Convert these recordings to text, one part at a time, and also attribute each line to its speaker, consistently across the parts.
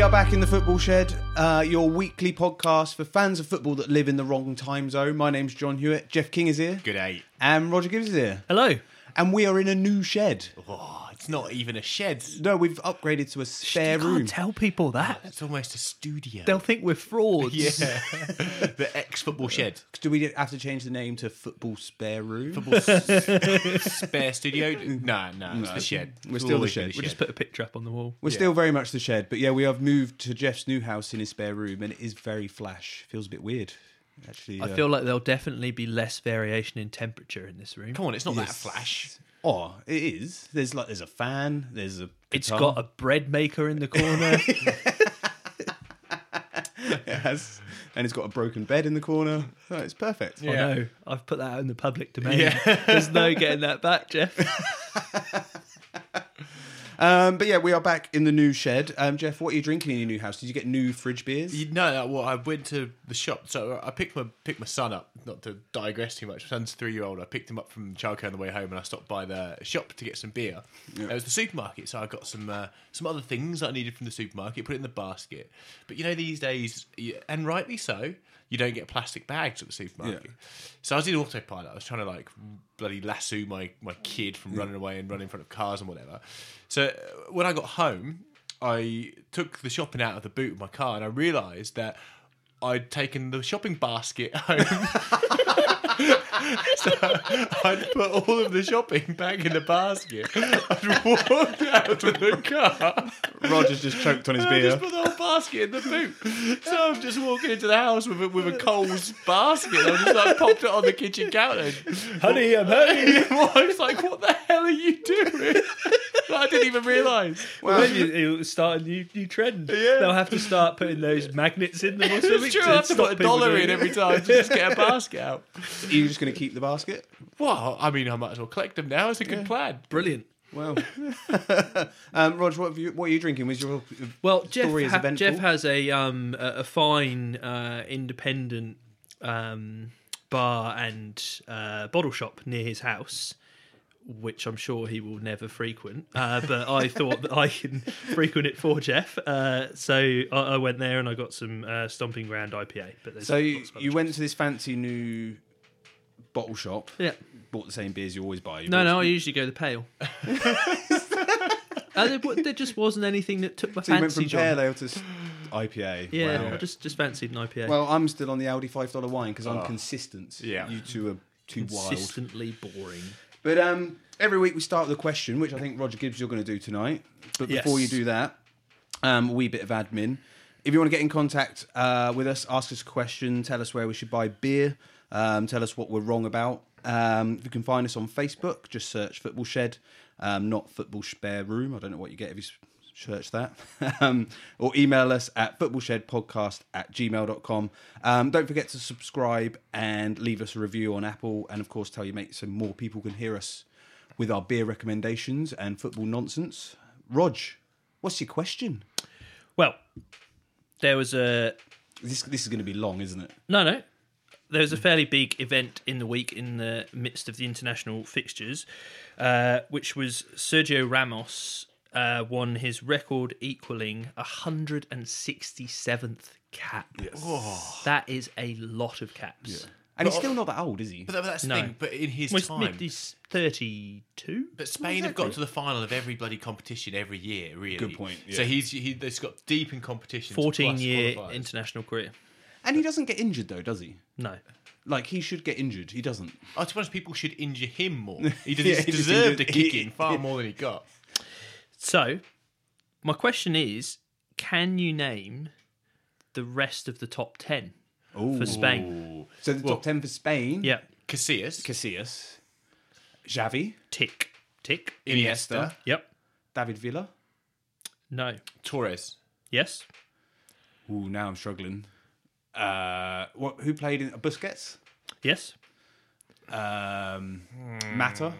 Speaker 1: are back in the football shed, uh, your weekly podcast for fans of football that live in the wrong time zone. My name's John Hewitt. Jeff King is here,
Speaker 2: Good eight.
Speaker 1: and Roger Gibbs is here,
Speaker 3: Hello.
Speaker 1: and we are in a new shed.
Speaker 2: Oh, it's not even a shed.
Speaker 1: No, we've upgraded to a spare
Speaker 3: you
Speaker 1: room.
Speaker 3: can't tell people that.
Speaker 2: It's almost a studio.
Speaker 3: They'll think we're frauds.
Speaker 2: yeah. the ex football shed.
Speaker 1: Do we have to change the name to Football Spare Room?
Speaker 2: Football s- spare studio. No, no, it's the shed.
Speaker 1: We're still the
Speaker 2: Always
Speaker 1: shed.
Speaker 2: been
Speaker 1: We're
Speaker 3: We'll just put a picture up on the wall.
Speaker 1: We're still very much the shed, but yeah, we have moved to Jeff's new house in his spare room, and it is very flash. Feels a bit weird, actually.
Speaker 3: I
Speaker 1: uh,
Speaker 3: feel like there'll definitely be less variation in temperature in this room.
Speaker 2: Come on, it's not that
Speaker 1: Yes.
Speaker 2: flash.
Speaker 1: Oh, it is. There's like there's a fan. There's a.
Speaker 3: It's
Speaker 1: guitar.
Speaker 3: got a bread maker in the corner.
Speaker 1: It has, and it's got a broken bed in the corner. Oh, it's perfect.
Speaker 3: I
Speaker 2: Yeah.
Speaker 3: know. I've put that out in the public domain.
Speaker 2: Yeah.
Speaker 3: There's no getting that back, Jeff.
Speaker 1: Um, but yeah, we are back in the new shed. Um, Jeff, what are you drinking in your new house? Did you get new fridge beers?
Speaker 2: You no, no, well, I went to the shop. So uh, I picked my picked my son up. Not to digress too much. My son's three year old. I picked him up from childcare on the way home, and I stopped by the shop to get some beer. It was the supermarket, so I got some uh, some other things that I needed from the supermarket. Put it in the basket. But you know, these days, you- and rightly so, you don't get plastic bags at the supermarket. So I was in autopilot. I was trying to like bloody lasso my my kid from running away and running in front of cars and whatever. So uh, when I got home. I took the shopping out of the boot of my car and I realised that I'd taken the shopping basket home. so I'd put all of the shopping back in the basket. I'd walked out of the car.
Speaker 1: Roger's just choked on his
Speaker 2: and I just put the whole basket in the boot. So I'm just walking into the house with a, with a Coles basket. And I just like popped it on the kitchen counter.
Speaker 3: honey, I'm honey.
Speaker 2: I was like, what the hell are you doing? I didn't even realise.
Speaker 1: Well,
Speaker 3: It'll start a new, new trend.
Speaker 2: Yeah.
Speaker 3: They'll have to start putting those magnets in them or something.
Speaker 2: It's true. I have to
Speaker 3: stop
Speaker 2: put a
Speaker 3: people
Speaker 2: dollar
Speaker 3: doing
Speaker 2: in
Speaker 3: it.
Speaker 2: every time to just get a basket out.
Speaker 1: are you just going to keep the basket?
Speaker 2: Well, I mean, I might as well collect them now. It's a good plan.
Speaker 3: Brilliant.
Speaker 1: Wow. um, Roger, what, have you, what are you drinking? Was your uh,
Speaker 3: Well, Jeff,
Speaker 1: story is
Speaker 3: ha-
Speaker 1: eventful?
Speaker 3: Jeff has a um a, a fine uh, independent um, bar and uh, bottle shop near his house, which I'm sure he will never frequent. Uh, but I thought that I can frequent it for Jeff, uh, so I, I went there and I got some uh, Stomping Ground IPA. But there's
Speaker 1: so you,
Speaker 3: lots of other
Speaker 1: you went to this fancy new bottle shop.
Speaker 3: Yeah.
Speaker 1: Bought the same beers you always buy. You
Speaker 3: No,
Speaker 1: always-
Speaker 3: no, I usually go the pale. Uh, there, wa- there just wasn't anything that took my
Speaker 1: So you went
Speaker 3: fancy,
Speaker 1: from
Speaker 3: John.
Speaker 1: pale ale to s- IPA.
Speaker 3: Yeah,
Speaker 1: Wow.
Speaker 3: I just just fancied an IPA.
Speaker 1: Well, I'm still on the Aldi five dollar wine because I'm consistent.
Speaker 2: Yeah.
Speaker 1: You two are too wild.
Speaker 3: consistently boring.
Speaker 1: But um, every week we start with a question, which I think Roger Gibbs you're going to do tonight. But
Speaker 3: Yes.
Speaker 1: before you do that, um, a wee bit of admin. If you want to get in contact uh, with us, ask us a question, tell us where we should buy beer, um, tell us what we're wrong about. Um, you can find us on Facebook. Just search Football Shed, um, not Football Spare Room. I don't know what you get if you s- search that. um, or email us at footballshedpodcast at gmail.com. Um, don't forget to subscribe and leave us a review on Apple. And of course, tell your mates so more people can hear us with our beer recommendations and football nonsense. Rog, what's your question?
Speaker 3: Well, there was a
Speaker 1: This this is going to be long, isn't it?
Speaker 2: Mm.
Speaker 3: no, no. There was a fairly big event in the week in the midst of the international fixtures, uh, which was Sergio Ramos uh, won his record equaling 167th cap. That is a lot of caps.
Speaker 1: And he's still not that old, is he?
Speaker 2: But that- that's the
Speaker 3: No.
Speaker 2: thing. But in his
Speaker 3: Well, he's
Speaker 2: time,
Speaker 3: mid- he's 32.
Speaker 2: but Spain have got to the final of every bloody competition every year. Really,
Speaker 1: Good point, yeah.
Speaker 2: So he's he, they've got deep in competition.
Speaker 3: 14 year international career.
Speaker 1: And he doesn't get injured though, does he?
Speaker 3: No.
Speaker 1: Like he should get injured. He doesn't.
Speaker 2: I suppose people should injure him more. He does,
Speaker 1: Yeah,
Speaker 2: he's
Speaker 1: he just
Speaker 2: deserved a
Speaker 1: injured-
Speaker 2: kick in far more than he got.
Speaker 3: So, my question is can you name the rest of the top 10
Speaker 1: Ooh.
Speaker 3: for Spain?
Speaker 1: So the top ten for Spain.
Speaker 3: Yeah.
Speaker 2: Casillas,
Speaker 1: Casillas, Xavi,
Speaker 3: Tick. Tick.
Speaker 2: Iniesta,
Speaker 3: Yep.
Speaker 1: David Villa.
Speaker 3: No.
Speaker 2: Torres.
Speaker 3: Yes.
Speaker 1: Ooh, now I'm struggling. Uh, what? Who played in Busquets?
Speaker 3: Yes.
Speaker 1: Um,
Speaker 2: Hmm.
Speaker 1: Mata.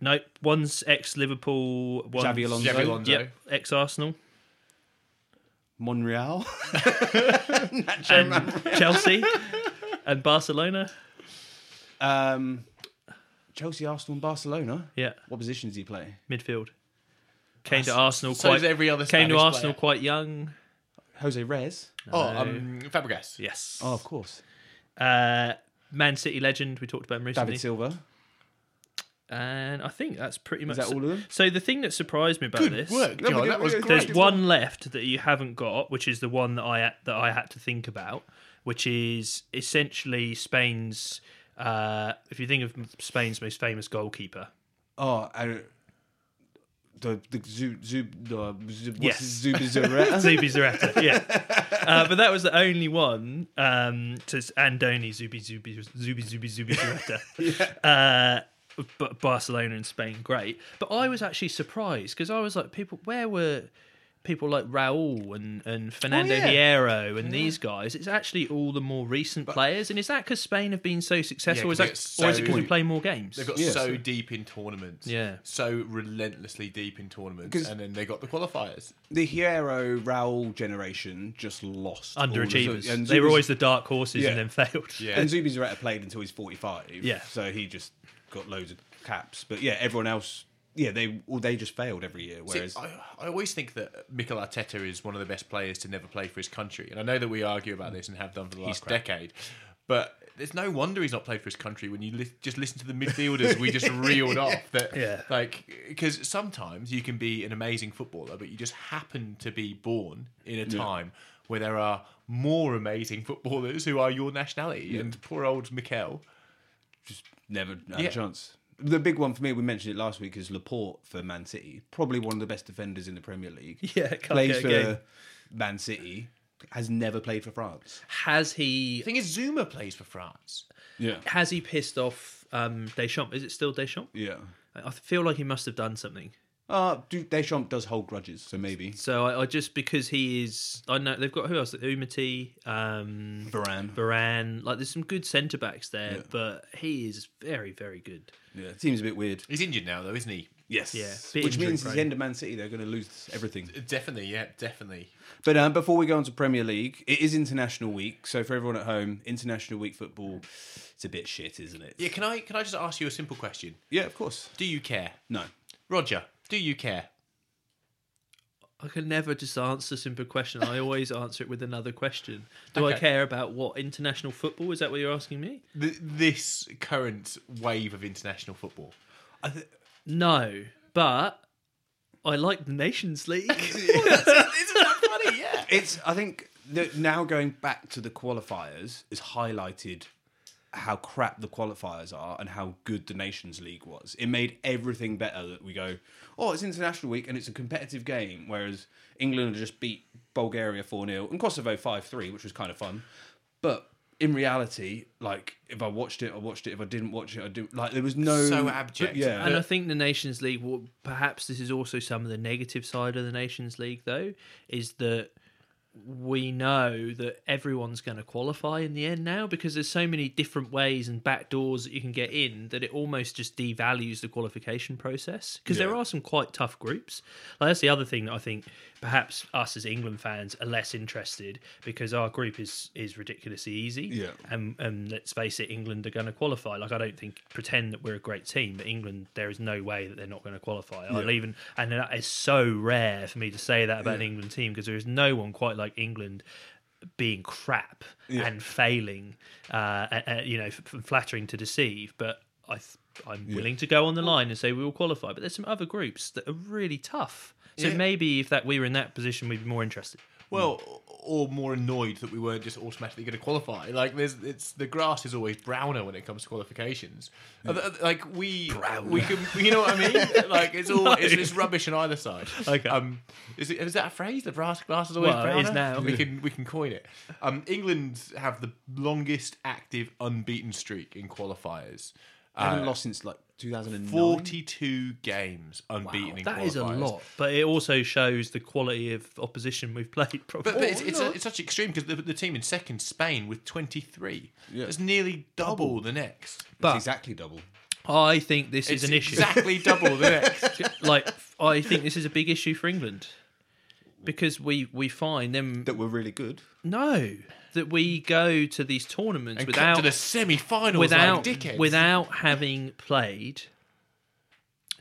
Speaker 3: No. One's ex Liverpool. One's
Speaker 1: Xavi Alonso.
Speaker 2: Xavi Alonso.
Speaker 3: Yep. Ex Arsenal.
Speaker 1: Monreal.
Speaker 3: And Chelsea. And Barcelona.
Speaker 1: Um, Chelsea, Arsenal, and Barcelona.
Speaker 3: Yeah.
Speaker 1: What position does he play?
Speaker 3: Midfield. Came to Arsenal
Speaker 2: So
Speaker 3: quite.
Speaker 2: is every other
Speaker 3: came
Speaker 2: Spanish
Speaker 3: to Arsenal
Speaker 2: player.
Speaker 3: quite young.
Speaker 1: Jose Rez.
Speaker 2: Oh, um, Fabregas.
Speaker 3: Yes.
Speaker 1: Oh, of course.
Speaker 3: Uh, Man City legend we talked about him recently,
Speaker 1: David Silva.
Speaker 3: and I think that's pretty much
Speaker 1: that all of them?
Speaker 3: So the thing that surprised me about
Speaker 2: Good
Speaker 3: this,
Speaker 2: work,
Speaker 1: No, we
Speaker 2: John.
Speaker 1: did-
Speaker 2: that
Speaker 1: we
Speaker 2: was
Speaker 1: did-
Speaker 2: great.
Speaker 3: there's one left that you haven't got, which is the one that I that I had to think about, which is essentially Spain's. Uh, if you think of Spain's most famous goalkeeper,
Speaker 1: Oh, I, the the Zub Zub the Zub
Speaker 3: Yes.
Speaker 1: Zub Zub
Speaker 3: Zubi Zaretta, yeah. Uh, but that was the only one. Um, to Andoni Zubi Zubi Zubi Zubi Zubi Zaretta. Uh, but Barcelona and Spain, great. But I was actually surprised because I was like, people, where were people like Raul and, and Fernando
Speaker 1: yeah.
Speaker 3: Hierro and these guys? It's actually all the more recent players. And is that because Spain have been so successful?
Speaker 2: Yeah,
Speaker 3: is that,
Speaker 2: 'cause
Speaker 3: or is it because we
Speaker 2: so-
Speaker 3: play more games?
Speaker 2: They've got
Speaker 1: Yes.
Speaker 2: so deep in tournaments.
Speaker 3: Yeah.
Speaker 2: So relentlessly deep in tournaments.
Speaker 1: 'Cause-
Speaker 2: And then they got the qualifiers.
Speaker 1: The Hierro Raul generation just lost all of the-
Speaker 3: Underachievers.
Speaker 1: and
Speaker 3: they were
Speaker 1: Zubi-
Speaker 3: always the dark horses
Speaker 1: Yeah.
Speaker 3: and then failed.
Speaker 2: Yeah.
Speaker 1: And Zubi Zaretta played until he's 45.
Speaker 3: Yeah.
Speaker 1: So he just got loads of caps. But yeah, everyone else, yeah, they well, they just failed every year.
Speaker 2: See,
Speaker 1: Whereas,
Speaker 2: I, I always think that Mikel Arteta is one of the best players to never play for his country, and I know that we argue about this and have done for the last decade. But there's no wonder he's not played for his country when you li- just listen to the midfielders we just reeled off. That
Speaker 3: Yeah.
Speaker 2: like because sometimes you can be an amazing footballer, but you just happen to be born in a time where there are more amazing footballers who are your nationality. And poor old Mikel,
Speaker 1: never had
Speaker 2: Yeah.
Speaker 1: a chance. The big one for me, we mentioned it last week, is Laporte for Man City. Probably one of the best defenders in the Premier League.
Speaker 3: Yeah, can't
Speaker 1: plays
Speaker 3: get a game.
Speaker 1: for Man City, has never played for France.
Speaker 3: Has he
Speaker 2: the thing is, Zuma plays for France.
Speaker 1: Yeah.
Speaker 3: has he pissed off um, Deschamps? Is it still Deschamps?
Speaker 1: Yeah.
Speaker 3: I I feel like he must have done something.
Speaker 1: Uh, dude, Deschamps does hold grudges, so maybe.
Speaker 3: So I, I just because he is, I know they've got who else? Umati, um,
Speaker 1: Varane.
Speaker 3: Varane. Like there's some good centre backs there, but he is very, very good.
Speaker 1: Yeah, it seems a bit weird.
Speaker 2: He's injured now, though, isn't he?
Speaker 1: Yes.
Speaker 3: Yeah, bit
Speaker 1: Which
Speaker 3: injury
Speaker 1: means he's
Speaker 3: prone.
Speaker 1: end of Man City. They're going to lose everything.
Speaker 2: Definitely, yeah, definitely.
Speaker 1: But um, before we go on to Premier League, it is International Week. So for everyone at home, International Week football, it's a bit shit, isn't it?
Speaker 2: Yeah, can I can I just ask you a simple question?
Speaker 1: Yeah, of course.
Speaker 2: Do you care,
Speaker 1: No.
Speaker 2: Roger? Do you care?
Speaker 3: I can never just answer a simple question. I always answer it with another question. Do I
Speaker 2: Okay.
Speaker 3: care about what international football? Is that what you're asking me?
Speaker 2: Th- this current wave of international football.
Speaker 3: No, but I like the Nations League.
Speaker 2: Isn't that funny? Yeah.
Speaker 1: It's. I think that now going back to the qualifiers has highlighted how crap the qualifiers are and how good the Nations League was. It made everything better that we go, oh, it's International Week and it's a competitive game, whereas England just beat Bulgaria 4 0 and Kosovo 5 3, which was kind of fun. But in reality, like, if I watched it, I watched it. If I didn't watch it, I didn't. Like, there was no.
Speaker 2: So abject.
Speaker 1: Yeah.
Speaker 3: And I think the Nations League, well, perhaps this is also some of the negative side of the Nations League, though, is that we know that everyone's going to qualify in the end now because there's so many different ways and back doors that you can get in that it almost just devalues the qualification process because there
Speaker 1: Yeah.
Speaker 3: are some quite tough groups. Like that's the other thing that I think perhaps us as England fans are less interested because our group is is ridiculously easy.
Speaker 1: Yeah.
Speaker 3: And and let's face it, England are going to qualify. Like I don't think pretend that we're a great team, but England there is no way that they're not going to qualify. I'll even and that is so rare for me to say that about an England team because there is no one quite like England being crap and failing, uh, and, and, you know, f- f- flattering to deceive. But I th- I'm willing to go on the line and say we will qualify. But there's some other groups that are really tough. So
Speaker 2: Yeah.
Speaker 3: maybe if that we were in that position, we'd be more interested.
Speaker 2: Well, or more annoyed that we weren't just automatically going to qualify. Like, there's it's the grass is always browner when it comes to qualifications. Uh, th- Like we we can, you know what I mean? like it's all it's, it's rubbish on either side.
Speaker 3: Okay.
Speaker 2: Um, is, it, is that a phrase? The grass grass is always
Speaker 3: Well, it
Speaker 2: browner.
Speaker 3: is now.
Speaker 2: We can we can coin it. Um, England have the longest active unbeaten streak in qualifiers. Uh,
Speaker 1: I haven't lost since like 2009.
Speaker 2: 42 games unbeaten in
Speaker 3: That is a
Speaker 2: qualifiers.
Speaker 3: lot, but it also shows the quality of opposition we've played. Probably,
Speaker 2: But, but it's, it's, it's such extreme because the, the team in second, Spain, with 23,
Speaker 1: Yeah.
Speaker 2: that's nearly double the next.
Speaker 1: It's
Speaker 3: But
Speaker 1: exactly double.
Speaker 3: I think this is
Speaker 2: It's
Speaker 3: an issue.
Speaker 2: Exactly double the next.
Speaker 3: like I think this is a big issue for England because we we find them
Speaker 1: That were really good.
Speaker 3: no that we go to these tournaments
Speaker 2: And cut
Speaker 3: without
Speaker 2: to the semi-finals
Speaker 3: without
Speaker 2: like dickheads.
Speaker 3: without having played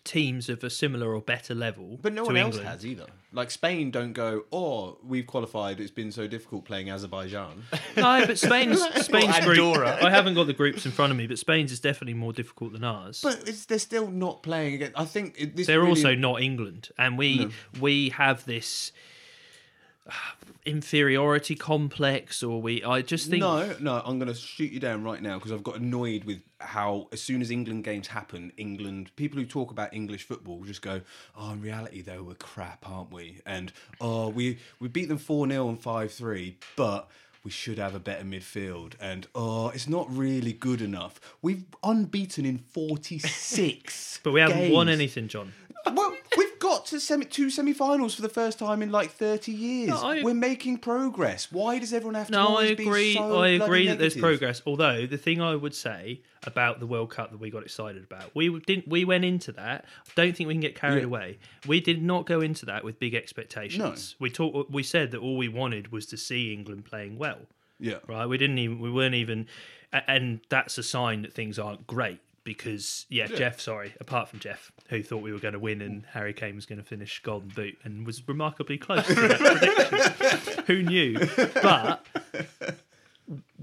Speaker 3: teams of a similar or better level.
Speaker 1: But no
Speaker 3: to
Speaker 1: one else
Speaker 3: England.
Speaker 1: has either. Like Spain don't go, oh, we've qualified. It's been so difficult playing Azerbaijan.
Speaker 3: No, but Spain's Spain's
Speaker 2: Or
Speaker 3: group.
Speaker 2: Andorra.
Speaker 3: I haven't got the groups in front of me, but Spain's is definitely more difficult than ours.
Speaker 1: but it's, they're still not playing again. I think it, this
Speaker 3: They're
Speaker 1: really-
Speaker 3: also not England, and we we have this uh, inferiority complex, or we. I just think
Speaker 1: No, no, I'm going to shoot you down right now because I've got annoyed with how, as soon as England games happen, England, people who talk about English football just go, oh, in reality, though, we're crap, aren't we? And, oh, we, we beat them 4 0 and 5 3, but we should have a better midfield. And, oh, it's not really good enough. We've unbeaten in 46.
Speaker 3: but we haven't won
Speaker 1: games.
Speaker 3: anything, John.
Speaker 1: Well, we've got to semi- two semi-finals for the first time in like 30 years.
Speaker 3: No, I-
Speaker 1: We're making progress. Why does everyone have to
Speaker 3: No, I
Speaker 1: always
Speaker 3: agree.
Speaker 1: be so
Speaker 3: I
Speaker 1: bloody
Speaker 3: agree that there's
Speaker 1: negative?
Speaker 3: progress. Although the thing I would say about the World Cup that we got excited about, we didn't. We went into that. I don't think we can get carried
Speaker 1: Yeah.
Speaker 3: away. We did not go into that with big expectations. We talked. We said that all we wanted was to see England playing well.
Speaker 1: Yeah.
Speaker 3: Right. We didn't even. We weren't even. a- And that's a sign that things aren't great. Because yeah, Jeff. Sorry, apart from Jeff, who thought we were going to win and Harry Kane was going to finish Golden Boot and was remarkably close to that prediction. Who knew? But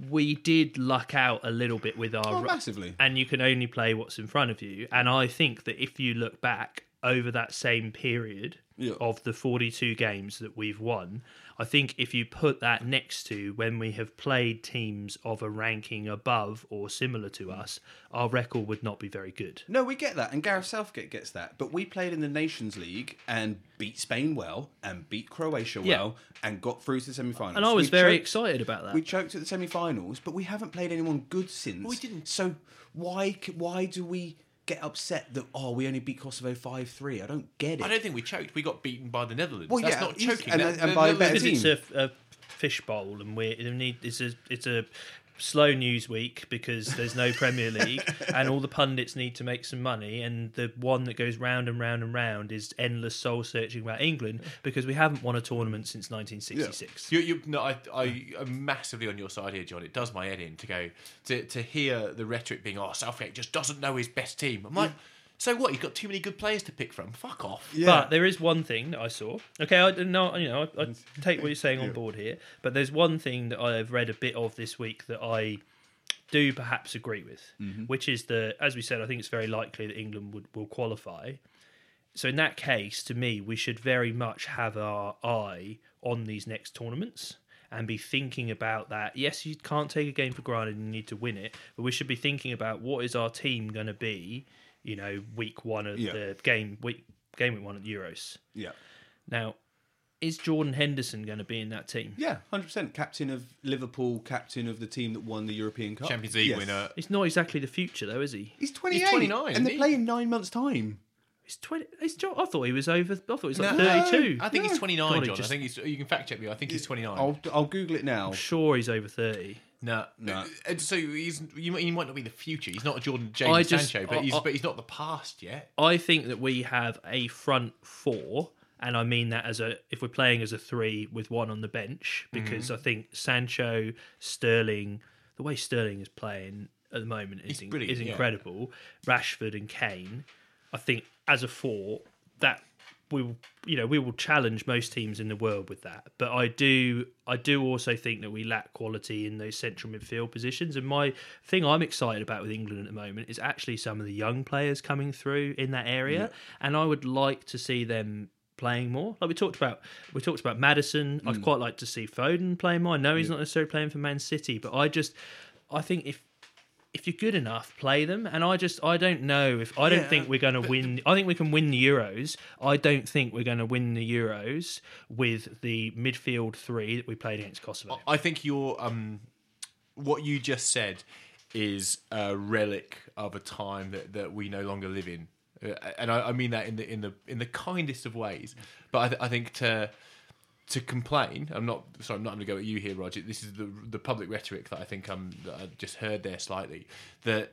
Speaker 3: we did luck out a little bit with our
Speaker 1: Oh, massively.
Speaker 3: and you can only play what's in front of you. And I think that if you look back over that same period
Speaker 1: Yeah.
Speaker 3: of the 42 games that we've won, I think if you put that next to when we have played teams of a ranking above or similar to us, our record would not be very good.
Speaker 1: No, we get that, and Gareth Southgate gets that. But we played in the Nations League and beat Spain well, and beat Croatia
Speaker 3: Yeah.
Speaker 1: well, and got through to the semi-finals.
Speaker 3: And I was
Speaker 1: We
Speaker 3: very
Speaker 1: choked-
Speaker 3: excited about that.
Speaker 1: We choked at the semi-finals, but we haven't played anyone good since. we didn't. So why c- why do we get upset that oh we only beat Kosovo five three? I don't get it.
Speaker 2: I don't think we choked. We got beaten by the Netherlands.
Speaker 1: Well,
Speaker 2: That's
Speaker 1: yeah,
Speaker 2: not
Speaker 1: easy.
Speaker 2: choking.
Speaker 1: And-
Speaker 2: That-
Speaker 1: and
Speaker 2: the
Speaker 1: by a
Speaker 2: Netherlands-
Speaker 1: better
Speaker 3: because it's a, a fish bowl and we we need it's a it's a slow news week because there's no Premier League and all the pundits need to make some money and the one that goes round and round and round is endless soul searching about England because we haven't won a tournament since 1966.
Speaker 2: You, you, no, I, I, I'm massively on your side here, John. It does my head in to go to, to hear the rhetoric being, "Oh, Southgate just doesn't know his best team." I'm like, so what? He's got too many good players to pick from. Fuck off.
Speaker 3: But there is one thing that I saw. Okay, I don't know. You know, I, I take what you're saying on board here. But there's one thing that I have read a bit of this week that I do perhaps agree with, which is that, as we said, I think it's very likely that England would will qualify. So in that case, to me, we should very much have our eye on these next tournaments and be thinking about that. Yes, you can't take a game for granted and you need to win it, but we should be thinking about what is our team going to be, you know, week one of
Speaker 1: Yeah.
Speaker 3: the game week game week one at the Euros.
Speaker 1: yeah.
Speaker 3: Now, is Jordan Henderson going to be in that team?
Speaker 1: Yeah, hundred percent. Captain of Liverpool, captain of the team that won the European Cup,
Speaker 2: Champions League
Speaker 1: Yes.
Speaker 2: winner.
Speaker 3: He's not exactly the future though, is he?
Speaker 1: He's twenty eight,
Speaker 2: 29,
Speaker 1: and
Speaker 2: isn't
Speaker 1: they're
Speaker 2: he?
Speaker 1: playing nine months time.
Speaker 3: He's twenty. He's, Jo- I thought he was over. I thought he was like
Speaker 2: No,
Speaker 3: thirty-two.
Speaker 2: I think he's 29,
Speaker 3: God, he
Speaker 2: John.
Speaker 3: just-
Speaker 2: I think he's. You can fact check me. I think he's 29.
Speaker 1: I'll I'll Google it now.
Speaker 3: sure he's over thirty.
Speaker 2: No,
Speaker 1: No.
Speaker 2: Uh, And so he's you, might- he might not be the future. He's not a Jordan James
Speaker 3: I just-
Speaker 2: Sancho, but
Speaker 3: I-
Speaker 2: he's
Speaker 3: I-
Speaker 2: but he's not the past yet.
Speaker 3: I think that we have a front four, and I mean that as a if we're playing as a three with one on the bench, because
Speaker 2: Mm-hmm.
Speaker 3: I think Sancho, Sterling, the way Sterling is playing at the moment is, in-
Speaker 2: brilliant,
Speaker 3: is
Speaker 2: yeah.
Speaker 3: incredible. Rashford and Kane, I think as a four that we will- you know we will challenge most teams in the world with that. But I do I do also think that we lack quality in those central midfield positions. And my thing I'm excited about with England at the moment is actually some of the young players coming through in that area, and I would like to see them playing more. Like we talked about, we talked about Madison. I'd quite like to see Foden playing more. I know he's not necessarily playing for Man City, but I just I think if if you're good enough, play them. And I just I don't know if I don't think we're going to win. I think we can win the Euros. I don't think we're going to win the Euros with the midfield three that we played against Kosovo.
Speaker 1: Oh,
Speaker 2: I think your um, what you just said is a relic of a time that, that we no longer live in, Uh, and I, I mean that in the in the in the kindest of ways. But I, th- I think to to complain, I'm not sorry, I'm not going to go at you here, Roger. This is the the public rhetoric that I think I'm that I just heard there slightly that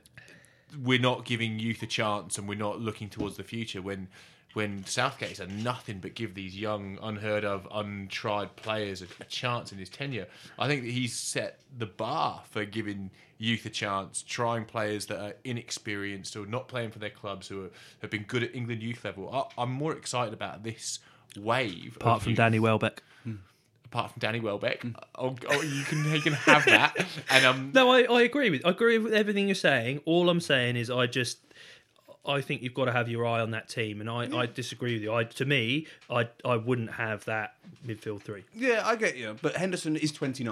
Speaker 2: we're not giving youth a chance and we're not looking towards the future when when Southgate's done nothing but give these young, unheard of, untried players a, a chance in his tenure. I think that he's set the bar for giving youth a chance, trying players that are inexperienced or not playing for their clubs who are, have been good at England youth level. I, I'm more excited about this wave.
Speaker 3: apart
Speaker 2: of
Speaker 3: from
Speaker 2: you-
Speaker 3: Danny Welbeck.
Speaker 2: apart from Danny Welbeck, oh, oh, you can you can have that. And um,
Speaker 3: No, I, I agree with I agree with everything you're saying. All I'm saying is I just I think you've got to have your eye on that team, and I, I disagree with you. I to me I I wouldn't have that midfield three.
Speaker 1: Yeah, I get you. But Henderson is 29.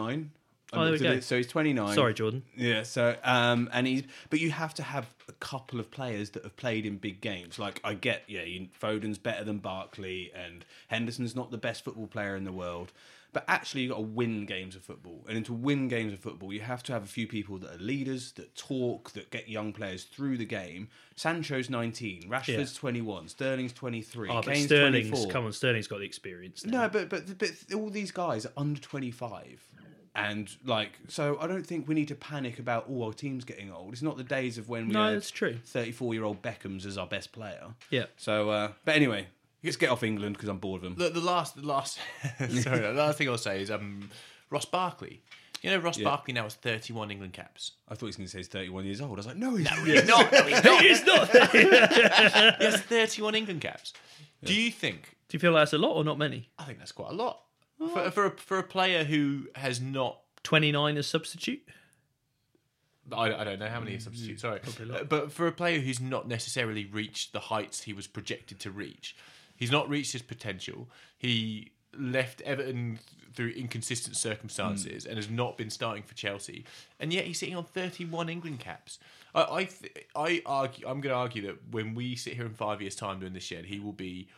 Speaker 1: I
Speaker 3: Oh, there
Speaker 1: looked
Speaker 3: we
Speaker 1: at
Speaker 3: go.
Speaker 1: it, so he's 29.
Speaker 3: Sorry, Jordan.
Speaker 1: Yeah, so um, and he's but you have to have a couple of players that have played in big games. Like I get, yeah, you, Foden's better than Barkley, and Henderson's not the best football player in the world. But actually, you have got to win games of football, and to win games of football, you have to have a few people that are leaders, that talk, that get young players through the game. Sancho's nineteen, Rashford's twenty-one, Sterling's twenty-three,
Speaker 3: Oh, but
Speaker 1: Kane's
Speaker 3: Sterling's
Speaker 1: twenty-four.
Speaker 3: come on. Sterling's got the experience. Now.
Speaker 1: No, but but but all these guys are under twenty five, and like so, I don't think we need to panic about oh our team's getting old. It's not the days of when we
Speaker 3: No,
Speaker 1: had
Speaker 3: it's true.
Speaker 1: thirty four year old Beckham's as our best player.
Speaker 3: Yeah.
Speaker 1: So, uh, but anyway, let's get off England because I'm bored of them.
Speaker 2: the, the last the last sorry, the last thing I'll say is um, Ross Barkley. You know, Ross Barkley now has 31 England caps.
Speaker 1: I thought he was going to say he's thirty one years old. I was like, no, he's not.
Speaker 2: He's not. No, he's not.
Speaker 3: It's not. Do
Speaker 2: He has 31 England caps. Do you think
Speaker 3: you feel that's a lot or not many?
Speaker 2: I think that's quite a lot for for a, for a player who has not.
Speaker 3: Twenty nine as substitute.
Speaker 2: I, I don't know how many are substitutes. Sorry,
Speaker 3: a lot.
Speaker 2: Uh, but for a player who's not necessarily reached the heights he was projected to reach, he's not reached his potential. He left Everton through inconsistent circumstances
Speaker 1: Hmm.
Speaker 2: and has not been starting for Chelsea, and yet he's sitting on thirty-one England caps. I I, th- I argue. I'm going to argue that when we sit here in five years' time doing this shed, he will be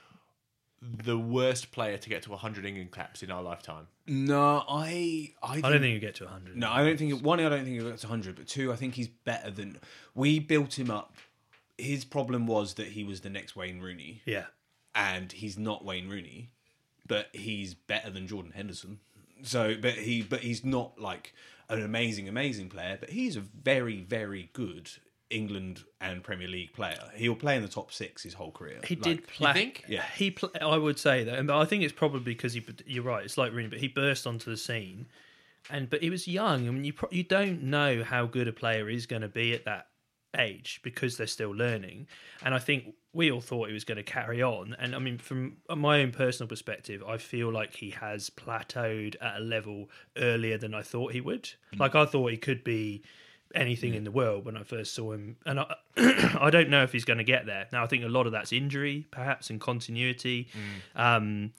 Speaker 2: the worst player to get to 100 England caps in our lifetime.
Speaker 1: No, I I,
Speaker 3: I don't think you get to hundred.
Speaker 1: No, I don't think it, one. I don't think he got to hundred, but two, I think he's better than we built him up. His problem was that he was the next Wayne Rooney.
Speaker 3: Yeah.
Speaker 1: and he's not Wayne Rooney, but he's better than Jordan Henderson. So, but he, but he's not like an amazing, amazing player. But he's a very, very good England and Premier League player. He'll play in the top six his whole career.
Speaker 3: He
Speaker 1: Like,
Speaker 3: did play.
Speaker 2: think?
Speaker 1: Yeah.
Speaker 3: He pla I would say that, and I think it's probably because he. You're right. It's like Rooney, but he burst onto the scene, and but he was young. I mean, you pro- you don't know how good a player is going to be at that age because they're still learning. And I think we all thought he was going to carry on. And I mean, from my own personal perspective, I feel like he has plateaued at a level earlier than I thought he would. Like I thought he could be anything in the world when I first saw him. And I, I don't know if he's going to get there. Now, I think a lot of that's injury, perhaps, and continuity. Um,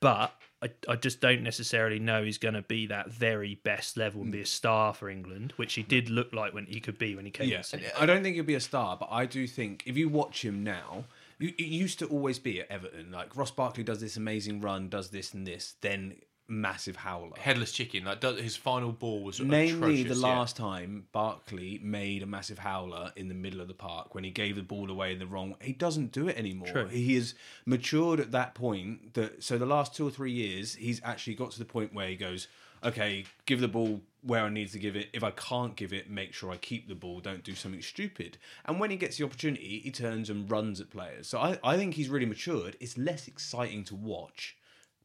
Speaker 3: but I, I just don't necessarily know he's going to be that very best level and be a star for England, which he did look like when he could be when he came.
Speaker 1: Yes, I don't think he'll be a star, but I do think if you watch him now, you, it used to always be at Everton. Like Ross Barkley does this amazing run, does this and this, then massive howler.
Speaker 2: Headless chicken. Like does- his final ball was
Speaker 1: Namely, the
Speaker 2: atrocious, yeah.
Speaker 1: last time Barkley made a massive howler in the middle of the park when he gave the ball away in the wrong. He doesn't do it anymore. He is matured at that point. That so the last two or three years, he's actually got to the point where he goes, "Okay, give the ball where I need to give it. If I can't give it, make sure I keep the ball. Don't do something stupid." And when he gets the opportunity, he turns and runs at players. So I, I think he's really matured. It's less exciting to watch,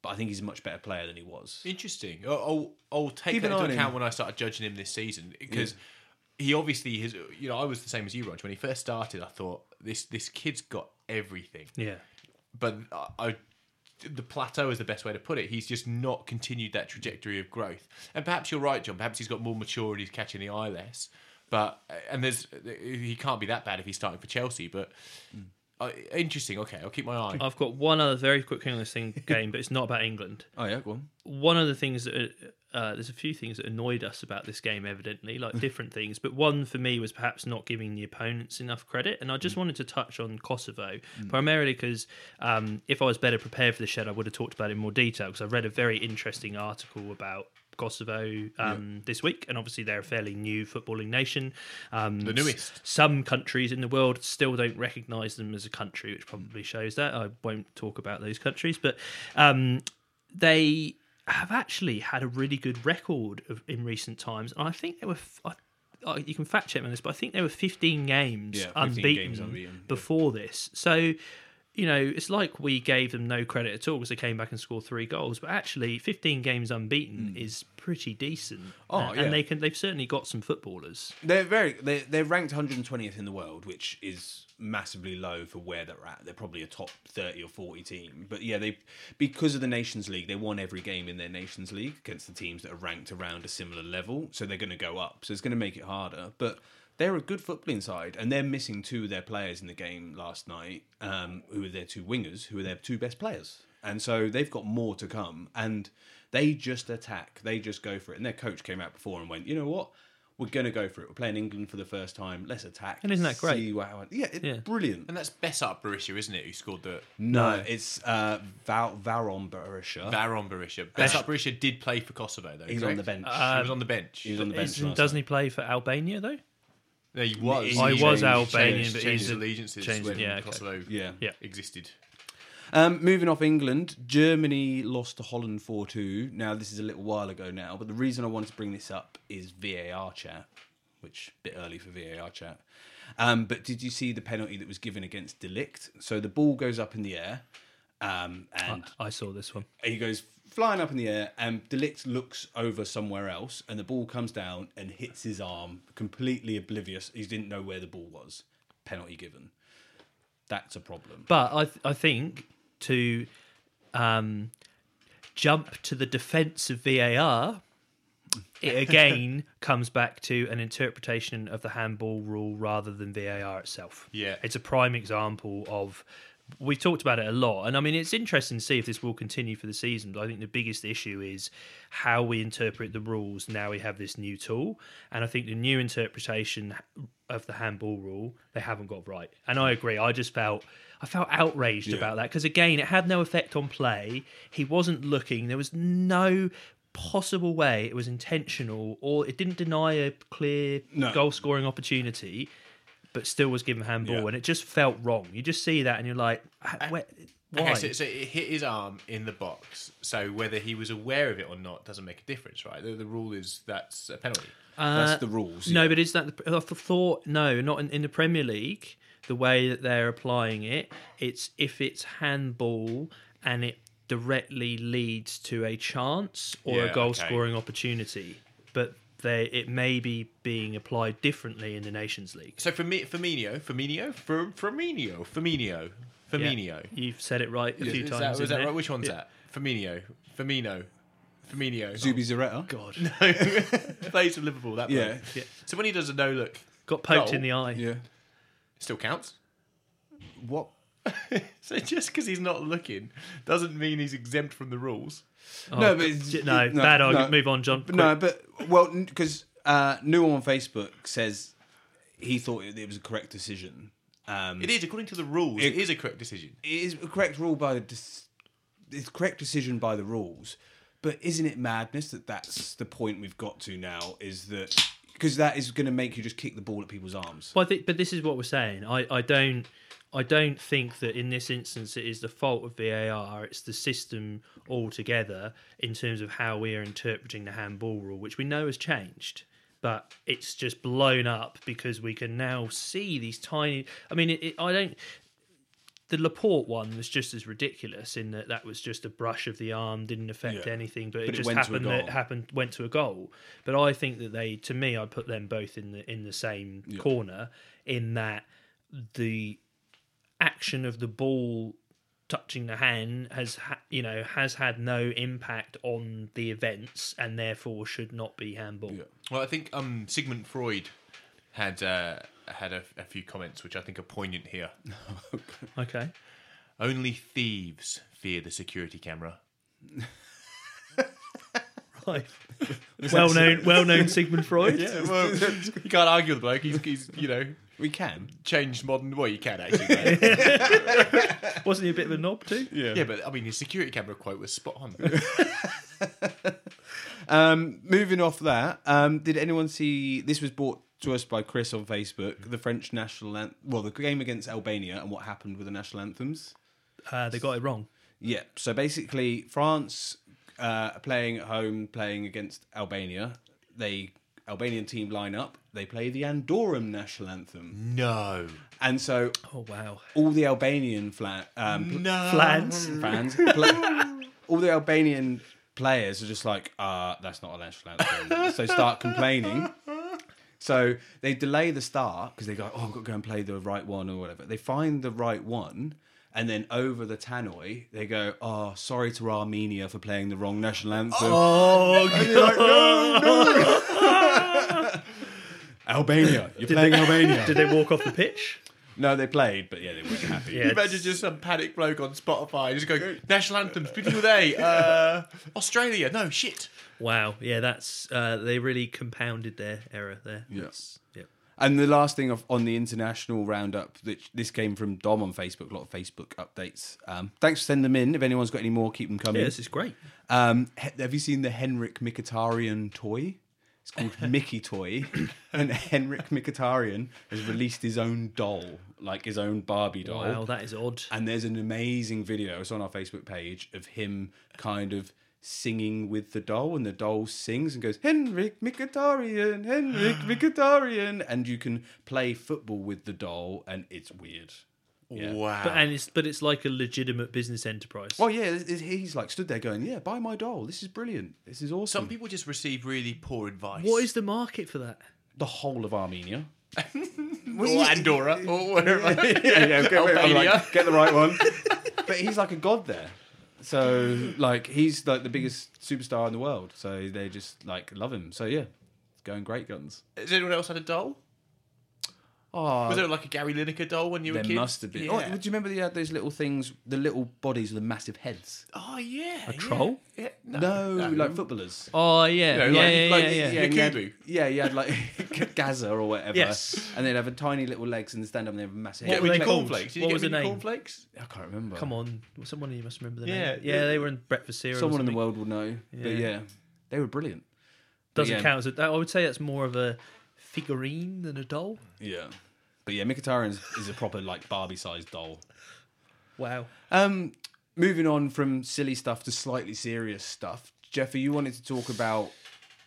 Speaker 1: but I think he's a much better player than he was.
Speaker 2: Interesting. I'll, I'll, I'll take
Speaker 1: Keep
Speaker 2: that
Speaker 1: an eye on
Speaker 2: into
Speaker 1: him.
Speaker 2: account when I started judging him this season because he obviously has. You know, I was the same as you, Rog. When he first started, I thought this this kid's got everything,
Speaker 3: Yeah.
Speaker 2: but I. I the plateau is the best way to put it. He's just not continued that trajectory of growth, and perhaps you're right, John. Perhaps he's got more maturity, he's catching the eye less. But and there's he can't be that bad if he's starting for Chelsea. But
Speaker 1: Mm.
Speaker 2: uh, interesting. Okay, I'll keep my eye.
Speaker 3: I've got one other very quick thing on this thing game, but it's not about England.
Speaker 1: Oh yeah, go on.
Speaker 3: one of the things that uh, there's a few things that annoyed us about this game, evidently, like different things. But one for me was perhaps not giving the opponents enough credit, and I just wanted to touch on Kosovo primarily because um, if I was better prepared for the shed, I would have talked about it in more detail. Because I read a very interesting article about Kosovo um, this week, and obviously they're a fairly new footballing nation. Um, the
Speaker 2: newest.
Speaker 3: some countries in the world still don't recognize them as a country, which probably shows that. I won't talk about those countries, but um, they have actually had a really good record of, in recent times. And I think they were, f- I, I, you can fact check me on this, but I think there were 15 games
Speaker 1: Yeah, 15
Speaker 3: unbeaten,
Speaker 1: games unbeaten, yeah.
Speaker 3: before this. So you know, it's like we gave them no credit at all because they came back and scored three goals. But actually, 15 games unbeaten
Speaker 1: Hmm.
Speaker 3: is pretty decent.
Speaker 2: Oh,
Speaker 3: Uh,
Speaker 2: yeah.
Speaker 3: and they can they've certainly got some footballers.
Speaker 1: They're very they're, they're ranked 120th in the world, which is massively low for where they're at. They're probably a top 30 or 40 team, but yeah, they because of the Nations League, they won every game in their Nations League against the teams that are ranked around a similar level, so they're going to go up. So it's going to make it harder, but. They're a good footballing side, and they're missing two of their players in the game last night, um, who are their two wingers, who are their two best players. And so they've got more to come, and they just attack. They just go for it. And their coach came out before and went, you know what? we're going to go for it. We're playing England for the first time. Let's attack.
Speaker 3: And isn't that great?
Speaker 1: See what happens. Yeah, it,
Speaker 3: Yeah.
Speaker 1: brilliant.
Speaker 2: And that's Bessart Barisha, isn't it? Who scored the
Speaker 1: No, it's uh, Val- Varon Berisha.
Speaker 3: Uh-huh.
Speaker 2: Baron Barisha. Bessart Barisha did play for Kosovo though.
Speaker 1: He's on
Speaker 2: correct?
Speaker 1: the bench.
Speaker 3: Um,
Speaker 2: he was on the bench.
Speaker 1: he was on the bench.
Speaker 3: Isn't-
Speaker 1: Last
Speaker 3: Doesn't he play for Albania though?
Speaker 2: No, he was.
Speaker 1: I
Speaker 2: He
Speaker 1: was
Speaker 2: changed-
Speaker 3: Albanian,
Speaker 2: changed-
Speaker 3: but
Speaker 2: changed
Speaker 3: he's
Speaker 2: his
Speaker 3: a-
Speaker 2: allegiances
Speaker 3: changed-
Speaker 2: when
Speaker 3: yeah, okay.
Speaker 2: Kosovo
Speaker 1: Yeah.
Speaker 3: Yeah.
Speaker 2: existed.
Speaker 1: Um, moving off England, Germany lost to Holland 4 2. Now, this is a little while ago now, but the reason I wanted to bring this up is VAR chat, which a bit early for VAR chat. Um, but did you see the penalty that was given against Delict? So the ball goes up in the air, um, and
Speaker 3: I saw this one.
Speaker 1: he goes flying up in the air, and Delict looks over somewhere else, and the ball comes down and hits his arm, completely oblivious. He didn't know where the ball was. Penalty given. That's a problem.
Speaker 3: But I th- I think to um, jump to the defence of VAR, it again comes back to an interpretation of the handball rule rather than VAR itself.
Speaker 2: Yeah.
Speaker 3: it's a prime example of. We've talked about it a lot, and I mean it's interesting to see if this will continue for the season. But I think the biggest issue is how we interpret the rules. Now we have this new tool, and I think the new interpretation of the handball rule they haven't got right. And I agree. I just felt I felt outraged about that because again, it had no effect on play. He wasn't looking. There was no possible way it was intentional, or it didn't deny a clear
Speaker 1: No.
Speaker 3: goal scoring opportunity, but still was given handball,
Speaker 1: Yeah.
Speaker 3: and it just felt wrong. You just see that, and you're like, "Ah, where, why?
Speaker 2: Okay, so, so it hit his arm in the box. So whether he was aware of it or not doesn't make a difference, right? The, the rule is that's a penalty.
Speaker 1: That's the rules.
Speaker 3: No,
Speaker 1: yeah.
Speaker 3: but is that the, I thought? No, not in, in the Premier League. The way that they're applying it, it's if it's handball and it directly leads to a chance or
Speaker 2: Yeah,
Speaker 3: a goal
Speaker 2: okay.
Speaker 3: scoring opportunity, but they it may be being applied differently in the Nations League.
Speaker 2: So for me, Firmino, Firmino, Fir- Firmino, Firmino,
Speaker 3: Yeah,
Speaker 2: Firmino.
Speaker 3: you've said it right a few
Speaker 2: Is,
Speaker 3: times.
Speaker 2: that, is
Speaker 3: in
Speaker 2: that
Speaker 3: there.
Speaker 2: right? Which one's
Speaker 3: Yeah.
Speaker 2: that? Firmino, Firmino, Firmino.
Speaker 1: Zubi Zaretta.
Speaker 3: God,
Speaker 2: plays for Liverpool. That
Speaker 1: Yeah.
Speaker 2: bloke. So when he does a no look,
Speaker 3: got poked
Speaker 2: Goal.
Speaker 3: in the eye.
Speaker 1: Yeah.
Speaker 2: still counts.
Speaker 1: What?
Speaker 2: So just because he's not looking doesn't mean he's exempt from the rules.
Speaker 3: Oh,
Speaker 1: no, but it's,
Speaker 3: j- no, bad argument. Move on, John.
Speaker 1: No, but well, because uh, New on Facebook says he thought it, it was a correct decision. Um,
Speaker 2: It is according to the rules. it is a correct decision.
Speaker 1: it is a correct rule by the dis- it's a correct decision by the rules but isn't it madness that that's the point we've got to now is that because that is going to make you just kick the ball at people's arms
Speaker 3: Well, I think, but this is what we're saying. I, I don't I don't think that in this instance it is the fault of VAR. It's the system altogether in terms of how we are interpreting the handball rule, which we know has changed. But it's just blown up because we can now see these tiny. I mean, it, it, I don't. The Laporte one was just as ridiculous in that that was just a brush of the arm, didn't affect
Speaker 1: Yeah.
Speaker 3: anything, but, it
Speaker 1: But it
Speaker 3: just
Speaker 1: went to a
Speaker 3: happened that
Speaker 1: goal.
Speaker 3: happened went to a goal. But I think that they, to me, I put them both in the in the same corner in that the action of the ball touching the hand has ha- you know has had no impact on the events and therefore should not be handball.
Speaker 2: Well, I think um, Sigmund Freud had uh, had a, a few comments which I think are poignant here.
Speaker 3: Okay.
Speaker 2: Only thieves fear the security camera.
Speaker 3: Right. well known well known Sigmund Freud.
Speaker 2: well, you can't argue with the bloke. He's, he's you know
Speaker 1: we can
Speaker 2: changed modern. Well, you can actually. Right?
Speaker 3: Wasn't he a bit of a knob too?
Speaker 2: yeah, but I mean, his security camera quote was spot on.
Speaker 1: um moving off that um did anyone see this was brought to us by chris on facebook the french national an- well the game against albania and what happened with the national anthems
Speaker 3: Uh, they got it wrong.
Speaker 1: Yeah. So basically, France uh, playing at home, playing against Albania. They Albanian team line up, they play the Andorran national anthem.
Speaker 2: No.
Speaker 1: And so
Speaker 3: Oh wow.
Speaker 1: all the Albanian fla- um, pl-
Speaker 2: No.
Speaker 3: Flans.
Speaker 1: fans, pla- all the Albanian players are just like, uh, that's not a national anthem. so start complaining. So they delay the start because they go, oh, I've got to go and play the right one or whatever. They find the right one. And then over the tannoy, they go, oh, sorry to Armenia for playing the wrong national anthem.
Speaker 2: Oh,
Speaker 1: Albania, you're playing Albania.
Speaker 3: Did they walk off the pitch?
Speaker 1: no, they played, but yeah, they weren't happy.
Speaker 3: Yeah.
Speaker 2: Imagine just some panic bloke on Spotify just going, National Anthems, beautiful day. Uh, Australia, no, shit.
Speaker 3: Wow. Yeah, that's uh, they really compounded their error there.
Speaker 1: Yeah.
Speaker 3: That's- Yep.
Speaker 1: And the last thing of, on the international roundup, which this came from Dom on Facebook, a lot of Facebook updates. Um, thanks for sending them in. If anyone's got any more, keep them
Speaker 3: Yeah,
Speaker 1: coming.
Speaker 3: this is great.
Speaker 1: Um, he- have you seen the Henrik Mikatarian toy? It's called Mickey Toy, and Henrik Mikatarian has released his own doll, like his own Barbie doll.
Speaker 3: Wow, that is odd.
Speaker 1: And there's an amazing video. It's on our Facebook page of him kind of singing with the doll, and the doll sings and goes Henrik Mikatarian, Henrik Mikatarian, and you can play football with the doll, and it's weird. Yeah.
Speaker 2: Wow.
Speaker 3: But and it's but it's like a legitimate business enterprise.
Speaker 1: Well, yeah, it's- it's- he's like stood there going, "Yeah, buy my doll. This is brilliant. This is awesome."
Speaker 2: Some people just receive really poor advice.
Speaker 3: What is the market for that?
Speaker 1: the whole of Armenia.
Speaker 2: or Andorra or wherever.
Speaker 1: yeah, yeah, get, I'm
Speaker 2: Albania.
Speaker 1: like, get the right one. but he's like a god there. So like he's like the biggest superstar in the world. So they just like love him. So yeah, going great guns.
Speaker 2: Has anyone else had a doll?
Speaker 1: Oh,
Speaker 2: Was there like a Gary Lineker doll when you were
Speaker 1: there
Speaker 2: a kid?
Speaker 1: must have been.
Speaker 2: Yeah.
Speaker 1: Oh, do you remember they had those little things, the little bodies with the massive heads?
Speaker 2: Oh, yeah. A
Speaker 3: troll?
Speaker 2: Yeah.
Speaker 1: No, like footballers.
Speaker 3: Oh yeah,
Speaker 2: No,
Speaker 3: yeah,
Speaker 2: like-
Speaker 3: yeah,
Speaker 2: like-
Speaker 3: yeah, yeah.
Speaker 2: yeah.
Speaker 1: and you had,
Speaker 2: Yakubu.
Speaker 1: yeah, you had like Gaza or whatever.
Speaker 3: Yes.
Speaker 1: And they'd have a tiny little legs and stand up and they have a massive
Speaker 2: What
Speaker 1: head.
Speaker 3: were
Speaker 2: were
Speaker 3: they
Speaker 2: they
Speaker 3: called?
Speaker 2: cornflakes? Did you
Speaker 3: What
Speaker 2: get
Speaker 3: was the
Speaker 2: mini
Speaker 3: name?
Speaker 2: cornflakes?
Speaker 1: I can't remember.
Speaker 3: Come on, someone you must remember the
Speaker 2: Yeah,
Speaker 3: name. Yeah, they were in breakfast cereal. or
Speaker 1: Someone in the
Speaker 3: something.
Speaker 1: world would know. But
Speaker 3: Yeah.
Speaker 1: yeah, they were brilliant.
Speaker 3: doesn't
Speaker 1: yeah.
Speaker 3: count as a, I would say that's more of a figurine than a doll.
Speaker 1: Yeah. But yeah, Mikatarian is a proper like Barbie sized doll.
Speaker 3: Wow.
Speaker 1: Um, moving on from silly stuff to slightly serious stuff, Jeffy, you wanted to talk about.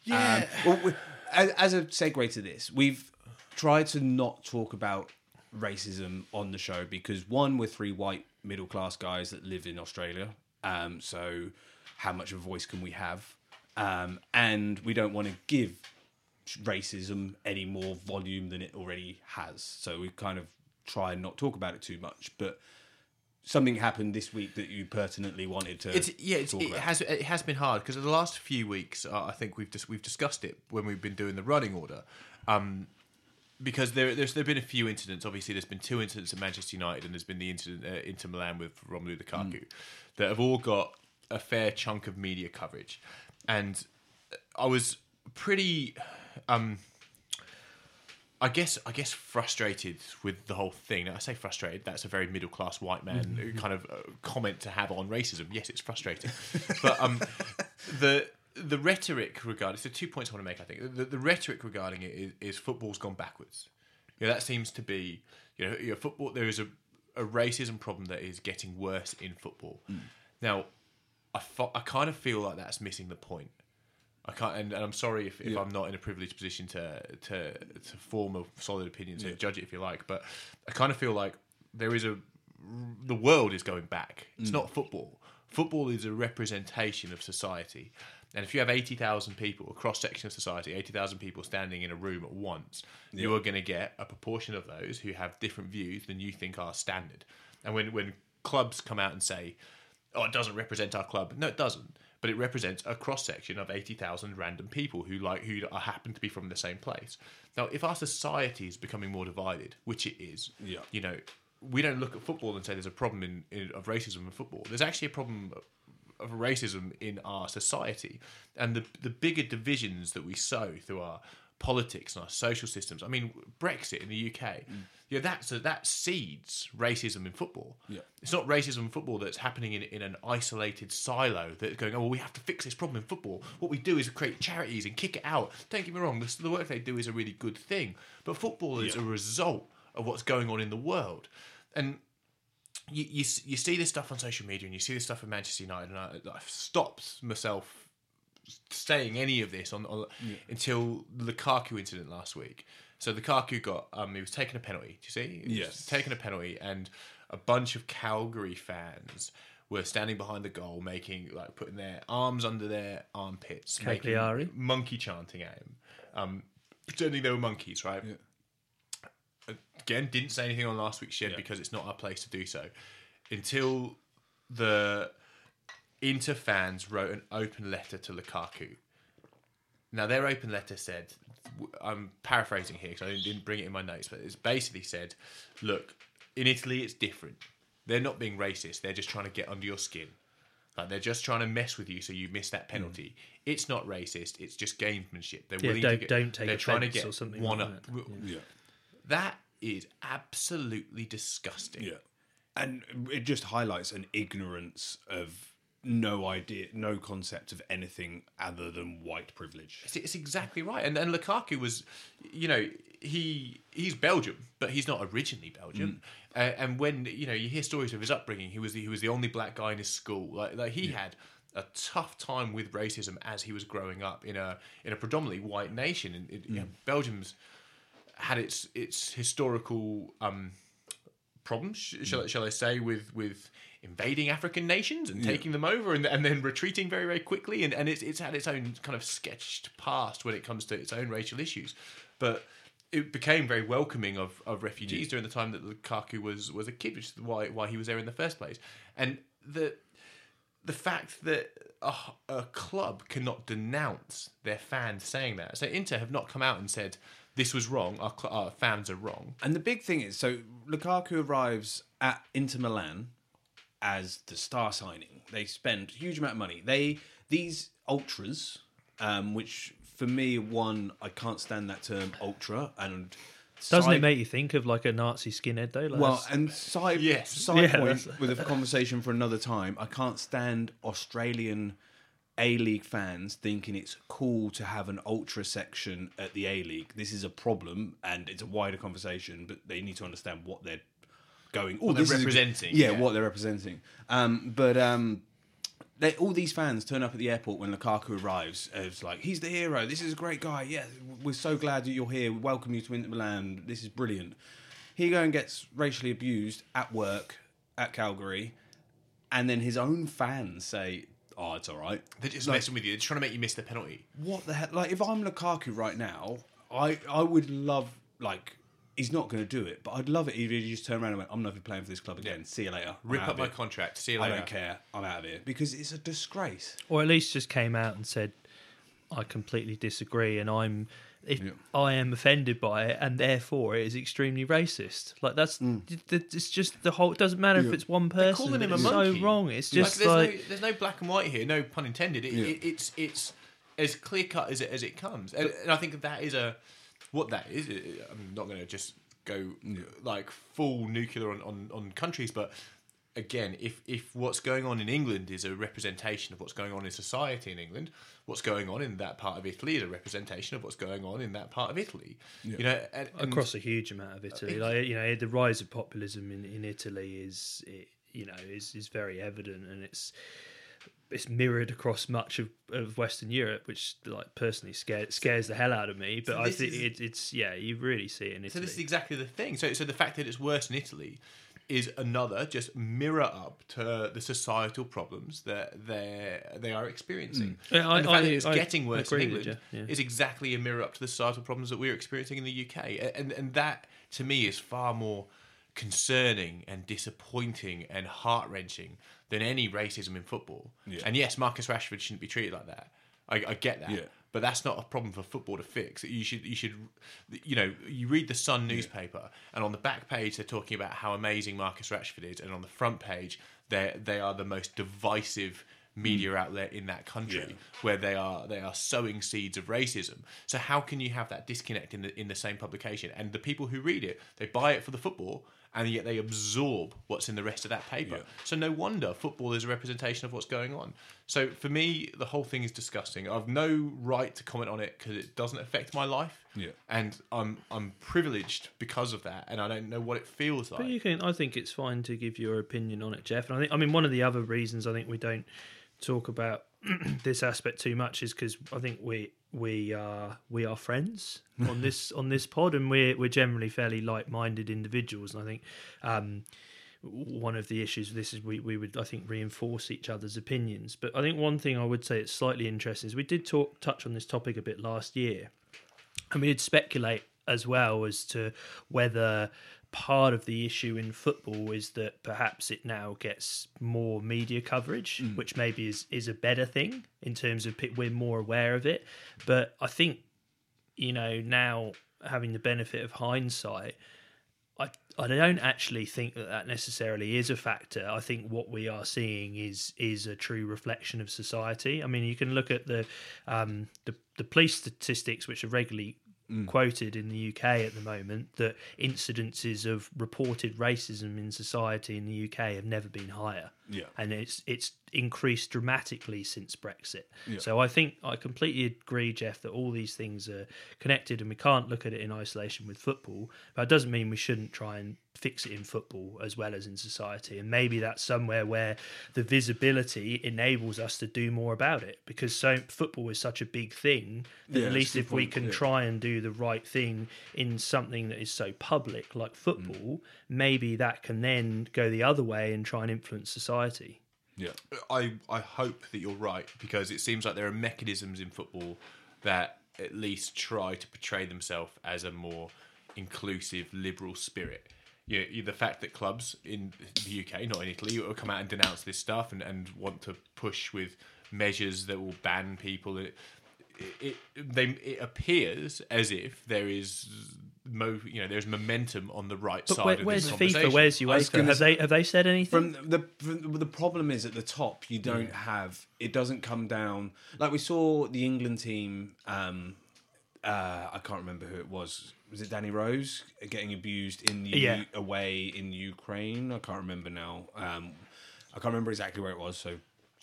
Speaker 1: Um, well, we, as, as a segue to this, we've tried to not talk about racism on the show because one, we're three white middle class guys that live in Australia. Um, so how much of a voice can we have? Um, and we don't want to give racism any more volume than it already has. So we kind of try and not talk about it too much. But something happened this week that you pertinently wanted to.
Speaker 2: It's yeah, it's,
Speaker 1: talk
Speaker 2: it
Speaker 1: about.
Speaker 2: has it has been hard because the last few weeks uh, I think we've just we've discussed it when we've been doing the running order, um, because there there's there've been a few incidents. Obviously, there's been two incidents at Manchester United, and there's been the incident uh, Inter Milan with Romelu Lukaku,
Speaker 1: Mm.
Speaker 2: that have all got a fair chunk of media coverage, and I was pretty. Um, I guess I guess frustrated with the whole thing. Now, I say frustrated. That's a very middle class white man kind of uh, comment to have on racism. Yes, it's frustrating, but um, the the rhetoric regarding so two points I want to make. I think the, the rhetoric regarding it is, is football's gone backwards. Yeah, that seems to be you know, you know football. There is a a racism problem that is getting worse in football. Now, I fo- I kind of feel like that's missing the point. I can't, and, and I'm sorry if, if I'm not in a privileged position to to to form a solid opinion, so judge it if you like. But I kind of feel like there is a the world is going back. It's not football. Football is a representation of society, and if you have eighty thousand people, a cross section of society, eighty thousand people standing in a room at once, you are going to get a proportion of those who have different views than you think are standard. And when when clubs come out and say, oh, it doesn't represent our club. No, it doesn't. But it represents a cross section of eighty thousand random people who like who are, happen to be from the same place. Now, if our society is becoming more divided, which it is,
Speaker 1: Yeah.
Speaker 2: you know, we don't look at football and say there's a problem in, in of racism in football. There's actually a problem of racism in our society, and the the bigger divisions that we sow through our politics and our social systems. I mean, Brexit in the UK,
Speaker 1: Mm.
Speaker 2: yeah, that so that seeds racism in football.
Speaker 1: Yeah.
Speaker 2: It's not racism in football that's happening in, in an isolated silo that's going, oh, well, we have to fix this problem in football. What we do is create charities and kick it out. Don't get me wrong, the, the work they do is a really good thing. But football is a result of what's going on in the world. And you, you, s- you see this stuff on social media and you see this stuff in Manchester United, and I, I've stopped myself saying any of this on, on until the Lukaku incident last week. So Lukaku got um, he was taking a penalty. Do you see? He was
Speaker 1: Yes.
Speaker 2: taking a penalty, and a bunch of Calgary fans were standing behind the goal, making like putting their arms under their armpits, making
Speaker 3: Cagliari.
Speaker 2: monkey chanting at him, um, pretending they were monkeys, right? Again, didn't say anything on last week's shed because it's not our place to do so. Until the Inter fans wrote an open letter to Lukaku. Now, their open letter said, I'm paraphrasing here because I didn't- didn't bring it in my notes, but it's basically said, look, in Italy it's different. They're not being racist, they're just trying to get under your skin. Like they're just trying to mess with you so you miss that penalty. It's not racist, it's just gamesmanship. They're
Speaker 3: Mm. Yeah,
Speaker 2: willing to
Speaker 3: don't-
Speaker 2: get,
Speaker 3: don't take
Speaker 2: they're trying to
Speaker 3: offence
Speaker 2: get
Speaker 3: or something
Speaker 2: one
Speaker 3: like
Speaker 2: up.
Speaker 1: Yeah.
Speaker 2: That is absolutely disgusting.
Speaker 4: Yeah. And it just highlights an ignorance of no idea, no concept of anything other than white privilege.
Speaker 2: It's, it's exactly right. And and Lukaku was, you know, he he's Belgium, but he's not originally Belgium. Uh, and when you know you hear stories of his upbringing, he was he was the only black guy in his school. Like like he had a tough time with racism as he was growing up in a in a predominantly white nation. And it, you know, Belgium's had its its historical um, problems, sh- shall, shall I say, with with invading African nations and taking them over and, and then retreating very very quickly, and, and it's it's had its own kind of sketched past when it comes to its own racial issues, but. It became very welcoming of, of refugees during the time that Lukaku was, was a kid, which is why why he was there in the first place. And the the fact that a, a club cannot denounce their fans saying that. So Inter have not come out and said this was wrong. Our, cl- our fans are wrong.
Speaker 1: And the big thing is, so Lukaku arrives at Inter Milan
Speaker 4: As the star signing,
Speaker 1: they spend a huge amount of money. They these ultras, um, which for me, one I can't stand that term ultra, and
Speaker 3: Doesn't
Speaker 1: side-
Speaker 3: it make you think of like a Nazi skinhead though? Like
Speaker 1: Well,
Speaker 3: that's-
Speaker 1: and side
Speaker 2: Yes.
Speaker 1: side
Speaker 3: Yeah,
Speaker 1: point
Speaker 3: that's-
Speaker 1: with a conversation for another time. I can't stand Australian A League fans thinking it's cool to have an ultra section at the A League. This is a problem, and it's a wider conversation. But they need to understand what they're going. Oh,
Speaker 2: they're
Speaker 1: this is a-
Speaker 2: representing,
Speaker 1: yeah,
Speaker 2: yeah.
Speaker 1: what they're representing. Um, but um, they, all these fans turn up at the airport when Lukaku arrives. It's like he's the hero. This is a great guy. Yeah, we're so glad that you're here. We welcome you to Inter Milan. This is brilliant. He go and gets racially abused at work at Calgary, and then his own fans say, "Oh, it's all right."
Speaker 2: They're just messing with you. They're trying to make you miss the penalty.
Speaker 1: What the hell? Like, if I'm Lukaku right now, I I would love like. He's not going to do it, but I'd love it if he just turned around and went, "I'm never playing for this club again. See you later. I'm
Speaker 2: Rip
Speaker 1: out
Speaker 2: up
Speaker 1: of
Speaker 2: my
Speaker 1: here.
Speaker 2: contract. See you
Speaker 1: I
Speaker 2: later.
Speaker 1: don't care. I'm out of here because it's a disgrace."
Speaker 3: or at least just came out and said, "I completely disagree, and I'm." If I am offended by it, and therefore it is extremely racist. Like that's th- th- it's just the whole. It doesn't matter if it's one person.
Speaker 2: calling him
Speaker 3: but
Speaker 2: a
Speaker 3: it's
Speaker 2: monkey.
Speaker 3: so wrong. It's
Speaker 2: Like,
Speaker 3: just
Speaker 2: there's,
Speaker 3: like
Speaker 2: no, there's no black and white here. No pun intended. It, it, it's it's as clear cut as it as it comes. And, and I think that is a what that is. I'm not going to just go like full nuclear on, on on countries, but again, if if what's going on in England is a representation of what's going on in society in England, what's going on in that part of Italy is a representation of what's going on in that part of Italy. You know, and, and-
Speaker 3: across a huge amount of Italy. Like you know, the rise of populism in, in Italy is it, you know is is very evident, and it's it's mirrored across much of, of Western Europe, which like personally scares scares the hell out of me. But I
Speaker 2: this
Speaker 3: think
Speaker 2: is-
Speaker 3: it, it's yeah, you really see it in
Speaker 2: So
Speaker 3: Italy.
Speaker 2: this is exactly the thing. So so the fact that it's worse in Italy is another just mirror up to the societal problems that they they are experiencing.
Speaker 3: Mm. Yeah, I-
Speaker 2: and the fact
Speaker 3: I-
Speaker 2: that it's
Speaker 3: I
Speaker 2: getting worse in
Speaker 3: agree with
Speaker 2: England
Speaker 3: you, yeah.
Speaker 2: is exactly a mirror up to the societal problems that we're experiencing in the UK. A- And and that to me is far more concerning and disappointing and heart wrenching than any racism in football. And yes, Marcus Rashford shouldn't be treated like that. I, I get that
Speaker 1: Yeah.
Speaker 2: but that's not a problem for football to fix. You should, you should, you know, you read the Sun newspaper, and on the back page they're talking about how amazing Marcus Rashford is, and on the front page they they are the most divisive media outlet in that country, where they are they are sowing seeds of racism. So how can you have that disconnect in the in the same publication? And the people who read it, they buy it for the football. And yet they absorb what's in the rest of that paper. So no wonder football is a representation of what's going on. So for me, the whole thing is disgusting. I've no right to comment on it because it doesn't affect my life.
Speaker 4: Yeah.
Speaker 2: and I'm I'm privileged because of that, and I don't know what it feels like.
Speaker 3: But you can. I think it's fine to give your opinion on it, Jeff. And I think. I mean, one of the other reasons I think we don't talk about this aspect too much is because I think we we are we are friends on this on this pod, and we're we're generally fairly like minded individuals. And I think um, one of the issues with this is we we would I think reinforce each other's opinions. But I think one thing I would say it's slightly interesting is we did talk touch on this topic a bit last year, and we did speculate as well as to whether part of the issue in football is that perhaps it now gets more media coverage, which maybe is is a better thing in terms of pe- we're more aware of it. But I think you know now having the benefit of hindsight. I, I don't actually think that that necessarily is a factor. I think what we are seeing is is a true reflection of society. I mean, you can look at the um, the, the police statistics, which are regularly quoted in the UK at the moment, that incidences of reported racism in society in the UK have never been higher.
Speaker 1: Yeah.
Speaker 3: and it's it's increased dramatically since Brexit. So I think I completely agree, Jeff, that all these things are connected, and we can't look at it in isolation with football. But it doesn't mean we shouldn't try and fix it in football as well as in society. And maybe that's somewhere where the visibility enables us to do more about it, because so football is such a big thing that
Speaker 1: Yeah,
Speaker 3: at
Speaker 1: that's
Speaker 3: least
Speaker 1: a good
Speaker 3: if we
Speaker 1: point,
Speaker 3: can
Speaker 1: yeah.
Speaker 3: try and do the right thing in something that is so public
Speaker 2: Mm.
Speaker 3: like football, maybe that can then go the other way and try and influence society.
Speaker 1: Yeah.
Speaker 2: I, I hope that you're right because it seems like there are mechanisms in football that at least try to portray themselves as a more inclusive liberal spirit. You, you- the fact that clubs in the UK, not in Italy, will come out and denounce this stuff and, and want to push with measures that will ban people. It, it, they, it appears as if there is mo, you know there's momentum on the right
Speaker 3: But
Speaker 2: side
Speaker 3: where,
Speaker 2: of
Speaker 3: where's
Speaker 2: this conversation.
Speaker 3: FIFA? Where's
Speaker 5: was
Speaker 3: UEFA?
Speaker 5: gonna
Speaker 3: Have they have they said anything?
Speaker 1: From the from the problem is at the top you don't have it doesn't come down like we saw the England team. Um, uh, I can't remember who it was. Was it Danny Rose getting abused in the
Speaker 3: Yeah.
Speaker 1: away in Ukraine? I can't remember now. Um, I can't remember exactly where it was. So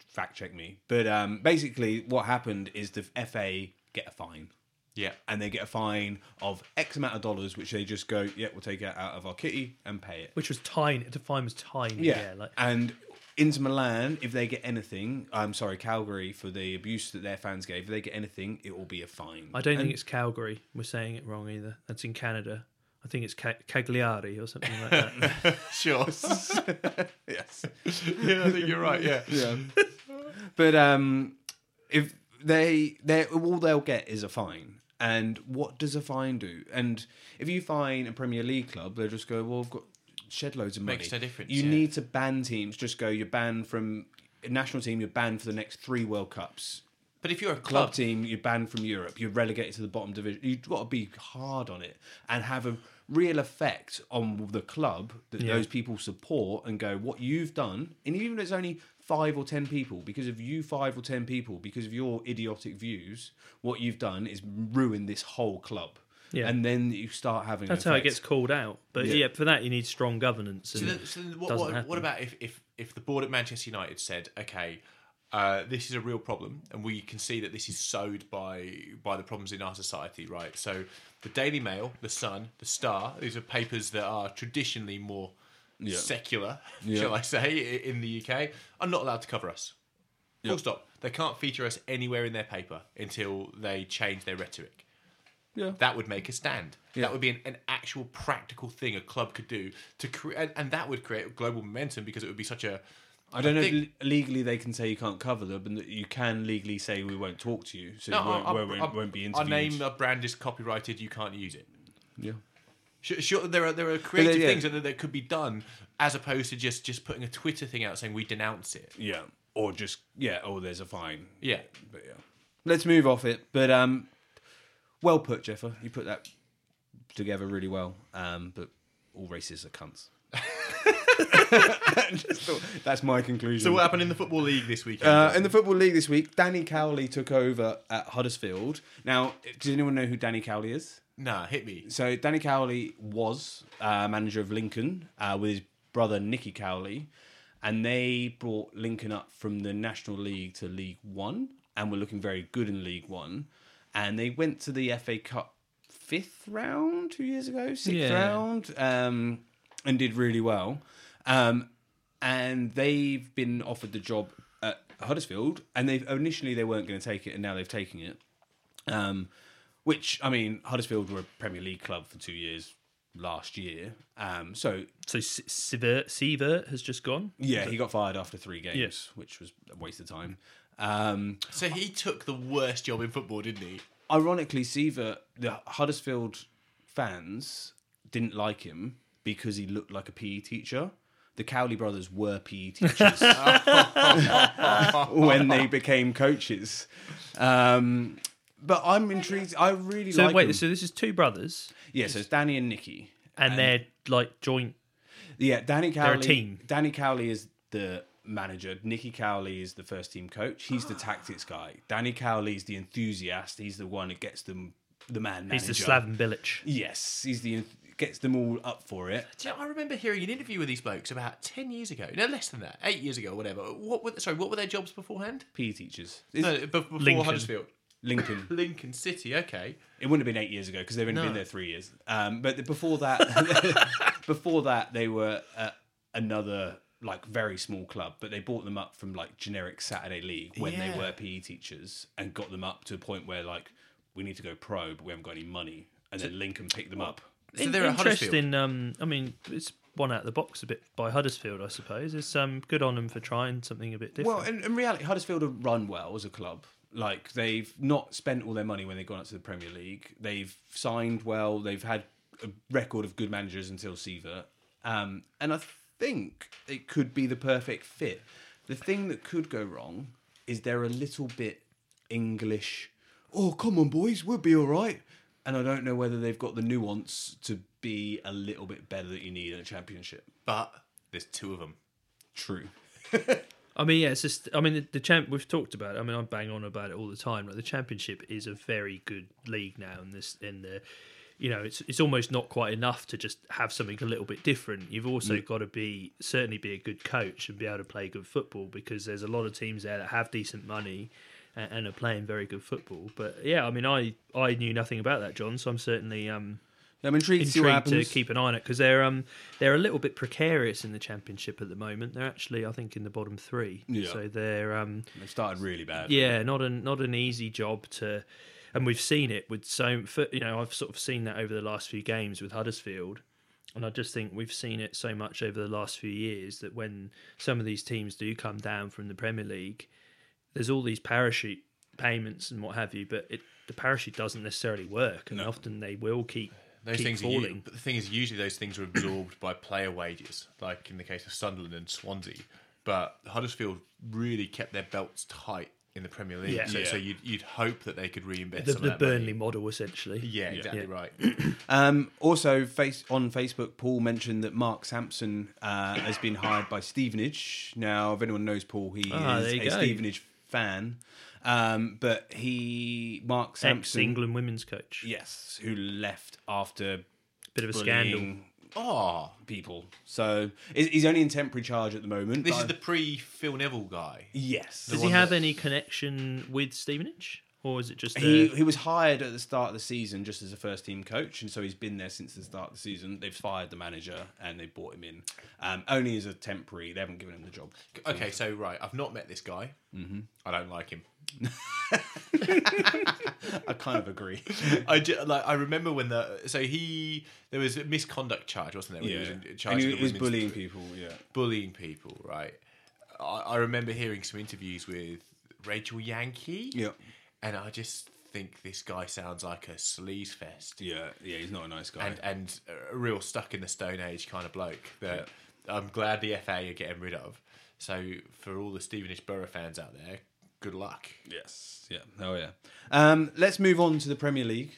Speaker 1: fact check me. But um, basically, what happened is the FA get a fine
Speaker 2: yeah,
Speaker 1: and they get a fine of X amount of dollars, which they just go, yeah, we'll take it out of our kitty and pay it.
Speaker 3: Which was tiny. The fine was tiny.
Speaker 1: Yeah.
Speaker 3: Yeah. like,
Speaker 1: and Inter Milan, if they get anything, I'm sorry, Calgary, for the abuse that their fans gave, if they get anything, it will be a fine.
Speaker 3: I don't think it's Calgary. We're saying it wrong either. That's in Canada. I think it's Ca- Cagliari or something like that.
Speaker 2: sure. yes, yeah, I think you're right. Yeah,
Speaker 1: Yeah. but um, if they they all they'll get is a fine. And what does a fine do? And if you fine a Premier League club, they'll just go, "Well, I've got shed loads of money."
Speaker 2: Makes no difference,
Speaker 1: You
Speaker 2: yeah.
Speaker 1: need to ban teams. Just go. You're banned from national team. You're banned for the next three World Cups.
Speaker 2: But if you're a
Speaker 1: club
Speaker 2: club,
Speaker 1: team, you're banned from Europe, you're relegated to the bottom division. You've got to be hard on it and have a real effect on the club that those people support and go, what you've done, and even if it's only five or ten people, because of you five or ten people, because of your idiotic views, what you've done is ruin this whole club.
Speaker 3: Yeah.
Speaker 1: And then you start having
Speaker 3: That's
Speaker 1: an
Speaker 3: how it
Speaker 1: effect.
Speaker 3: gets called out. But yeah,
Speaker 1: Yeah.
Speaker 3: for that you need strong governance.
Speaker 2: So,
Speaker 3: And
Speaker 2: then, so then what,
Speaker 3: doesn't
Speaker 2: what,
Speaker 3: happen.
Speaker 2: what about if, if, if the board at Manchester United said, okay, uh, this is a real problem, and we can see that this is sowed by by the problems in our society, right? So, the Daily Mail, the Sun, the Star, these are papers that are traditionally more secular, shall I say, i- in the UK, are not allowed to cover us. Full stop. They can't feature us anywhere in their paper until they change their rhetoric.
Speaker 1: Yeah.
Speaker 2: That would make a stand. That would be an, an actual practical thing a club could do to create, and, and that would create global momentum because it would be such a.
Speaker 1: I don't know
Speaker 2: think-
Speaker 1: if le- legally they can say you can't cover them, but you can legally say we won't talk to you, so you won't,
Speaker 2: "Oh, our-
Speaker 1: won't,
Speaker 2: our-
Speaker 1: won't be
Speaker 2: Our
Speaker 1: interviewed.
Speaker 2: name, our brand is copyrighted. You can't use it.
Speaker 1: yeah.
Speaker 2: Sure, sure there are there are creative
Speaker 1: yeah.
Speaker 2: things that, that could be done as opposed to just just putting a Twitter thing out saying we denounce it.
Speaker 1: Yeah. Or just, yeah, oh, there's a fine.
Speaker 2: Yeah,
Speaker 1: but yeah. Let's move off it. But um, well put, Jeffer. You put that together really well. Um, but all races are cunts. Just thought- that's my conclusion.
Speaker 2: So what happened in the football league this weekend?
Speaker 1: Uh, in the Football League this week, Danny Cowley took over at Huddersfield. Now, does anyone know who Danny Cowley is?
Speaker 2: nah, hit me.
Speaker 1: So Danny Cowley was uh, manager of Lincoln uh, with his brother Nicky Cowley, and they brought Lincoln up from the National League to League One, and were looking very good in League One, and they went to the FA Cup fifth round two years ago, sixth
Speaker 3: Yeah.
Speaker 1: round, um, and did really well, um, and they've been offered the job at Huddersfield, and they initially they weren't going to take it, and now they've taken it. Um, which I mean, Huddersfield were a Premier League club for two years last year. Um, so
Speaker 3: So S- Sievert, Sievert has just gone.
Speaker 1: yeah, he got fired after three games,
Speaker 3: Yes.
Speaker 1: which was a waste of time. Um,
Speaker 2: So he took the worst job in football, didn't he?
Speaker 1: ironically, Siva, the Huddersfield fans didn't like him because he looked like a PE teacher. The Cowley brothers were PE teachers when they became coaches. Um, but I'm intrigued. I really
Speaker 3: So
Speaker 1: like
Speaker 3: wait,
Speaker 1: him.
Speaker 3: so this is two brothers,
Speaker 1: yeah, so it's Danny and Nikki.
Speaker 3: and, they're like joint.
Speaker 1: Yeah, Danny Cowley.
Speaker 3: a team.
Speaker 1: Danny Cowley is the manager. Nicky Cowley is the first team coach. He's the tactics guy. Danny Cowley is the enthusiast. He's the one that gets them the man manager.
Speaker 3: He's the Slaven Bilic.
Speaker 1: Yes, he's the gets them all up for it.
Speaker 2: Do you know, I remember hearing an interview with these blokes about ten years ago, no less than that, eight years ago, whatever. What were sorry, what were their jobs beforehand?
Speaker 1: PE E teachers. It's
Speaker 2: No, be- before
Speaker 3: Lincoln.
Speaker 2: Huddersfield,
Speaker 1: Lincoln.
Speaker 2: Lincoln City. Okay,
Speaker 1: It wouldn't have been eight years ago because they've only
Speaker 2: No.
Speaker 1: been there three years. Um, but before that, before that, they were at another like very small club, but they bought them up from like generic Saturday league when
Speaker 2: Yeah.
Speaker 1: they were PE teachers and got them up to a point where like we need to go pro, but we haven't got any money, and then Lincoln picked them up.
Speaker 2: so
Speaker 3: In-
Speaker 2: they're at Huddersfield.
Speaker 3: interesting. Um, I mean, it's one out of the box a bit by Huddersfield, I suppose. It's um good on them for trying something a bit different.
Speaker 1: Well, in, in reality, Huddersfield have run well as a club. Like they've not spent all their money when they've gone up to the Premier League. They've signed well. They've had a record of good managers until Seaver, um, and I think it could be the perfect fit. The thing that could go wrong is they're a little bit English. Oh, come on, boys, we'll be all right. And I don't know whether they've got the nuance to be a little bit better that you need in a championship.
Speaker 2: but there's two of them.
Speaker 1: True.
Speaker 3: I mean, yeah, it's just. I mean, the, the champ. We've talked about. It. I mean, I bang on about it all the time. Like the championship is a very good league now, and this in the, you know, it's it's almost not quite enough to just have something a little bit different. You've also got to be certainly be a good coach and be able to play good football because there's a lot of teams there that have decent money. a- And are playing very good football, but yeah, I mean, I I knew nothing about that, John. So I'm certainly um,
Speaker 1: I'm intrigued, to see what
Speaker 3: intrigued to
Speaker 1: happens.
Speaker 3: keep an eye on it because they're um they're a little bit precarious in the championship at the moment. They're actually I think in the bottom three.
Speaker 1: Yeah.
Speaker 3: So they're um
Speaker 1: They've started really bad.
Speaker 3: yeah not an not an easy job to, and we've seen it with so for, you know I've sort of seen that over the last few games with Huddersfield. And I just think we've seen it so much over the last few years that when some of these teams do come down from the Premier League, there's all these parachute payments and what have you, but it, the parachute doesn't necessarily work, and often they will keep
Speaker 2: Those
Speaker 3: keep
Speaker 2: things are u-
Speaker 3: falling.
Speaker 2: but the thing is, usually those things are absorbed by player wages, like in the case of Sunderland and Swansea. But Huddersfield really kept their belts tight in the Premier League,
Speaker 3: Yeah.
Speaker 2: so,
Speaker 1: Yeah.
Speaker 2: so you'd, you'd hope that they could reinvest
Speaker 3: the,
Speaker 2: some
Speaker 3: the
Speaker 2: of that money.
Speaker 3: Burnley model essentially.
Speaker 2: Yeah, exactly right.
Speaker 1: Um, also, face on Facebook, Paul mentioned that Mark Sampson uh, has been hired by Stevenage. Now, if anyone knows Paul, he
Speaker 3: Ah,
Speaker 1: is
Speaker 3: there you
Speaker 1: a
Speaker 3: go.
Speaker 1: Stevenage fan. Um, but he, Mark
Speaker 3: Ex
Speaker 1: Sampson,
Speaker 3: England women's coach.
Speaker 1: yes, who left after
Speaker 3: Bit of a scandal.
Speaker 1: bullying
Speaker 2: Oh,
Speaker 1: people. So he's he's only in temporary charge at the moment.
Speaker 2: this
Speaker 1: but
Speaker 2: is
Speaker 1: I-
Speaker 2: the pre Phil Neville guy.
Speaker 1: yes.
Speaker 3: Does he have any connection with Stevenage? Or is it just
Speaker 1: He,
Speaker 3: a,
Speaker 1: he was hired at the start of the season just as a first team coach, and so he's been there since the start of the season. They've fired the manager and they brought him in um, only as a temporary. They haven't given him the job.
Speaker 2: Okay, so right, I've not met this guy. Mm-hmm. I don't like him.
Speaker 1: I kind of agree.
Speaker 2: I ju- like. I remember when the so he there was a misconduct charge, wasn't there? When
Speaker 1: yeah,
Speaker 2: he was in
Speaker 1: and
Speaker 2: charge of
Speaker 1: he
Speaker 2: the
Speaker 1: was
Speaker 2: women's-
Speaker 1: bullying people. Yeah,
Speaker 2: bullying people, right? I, I remember hearing some interviews with Rachel Yankee.
Speaker 1: Yeah.
Speaker 2: And I just think this guy sounds like a sleaze fest
Speaker 1: yeah, yeah. He's not a nice guy.
Speaker 2: and, and a real stuck in the Stone Age kind of bloke that I'm glad the FA are getting rid of. So, for all the Stevenage Borough fans out there, good luck.
Speaker 1: yes, yeah, oh yeah. Um, let's move on to the Premier League.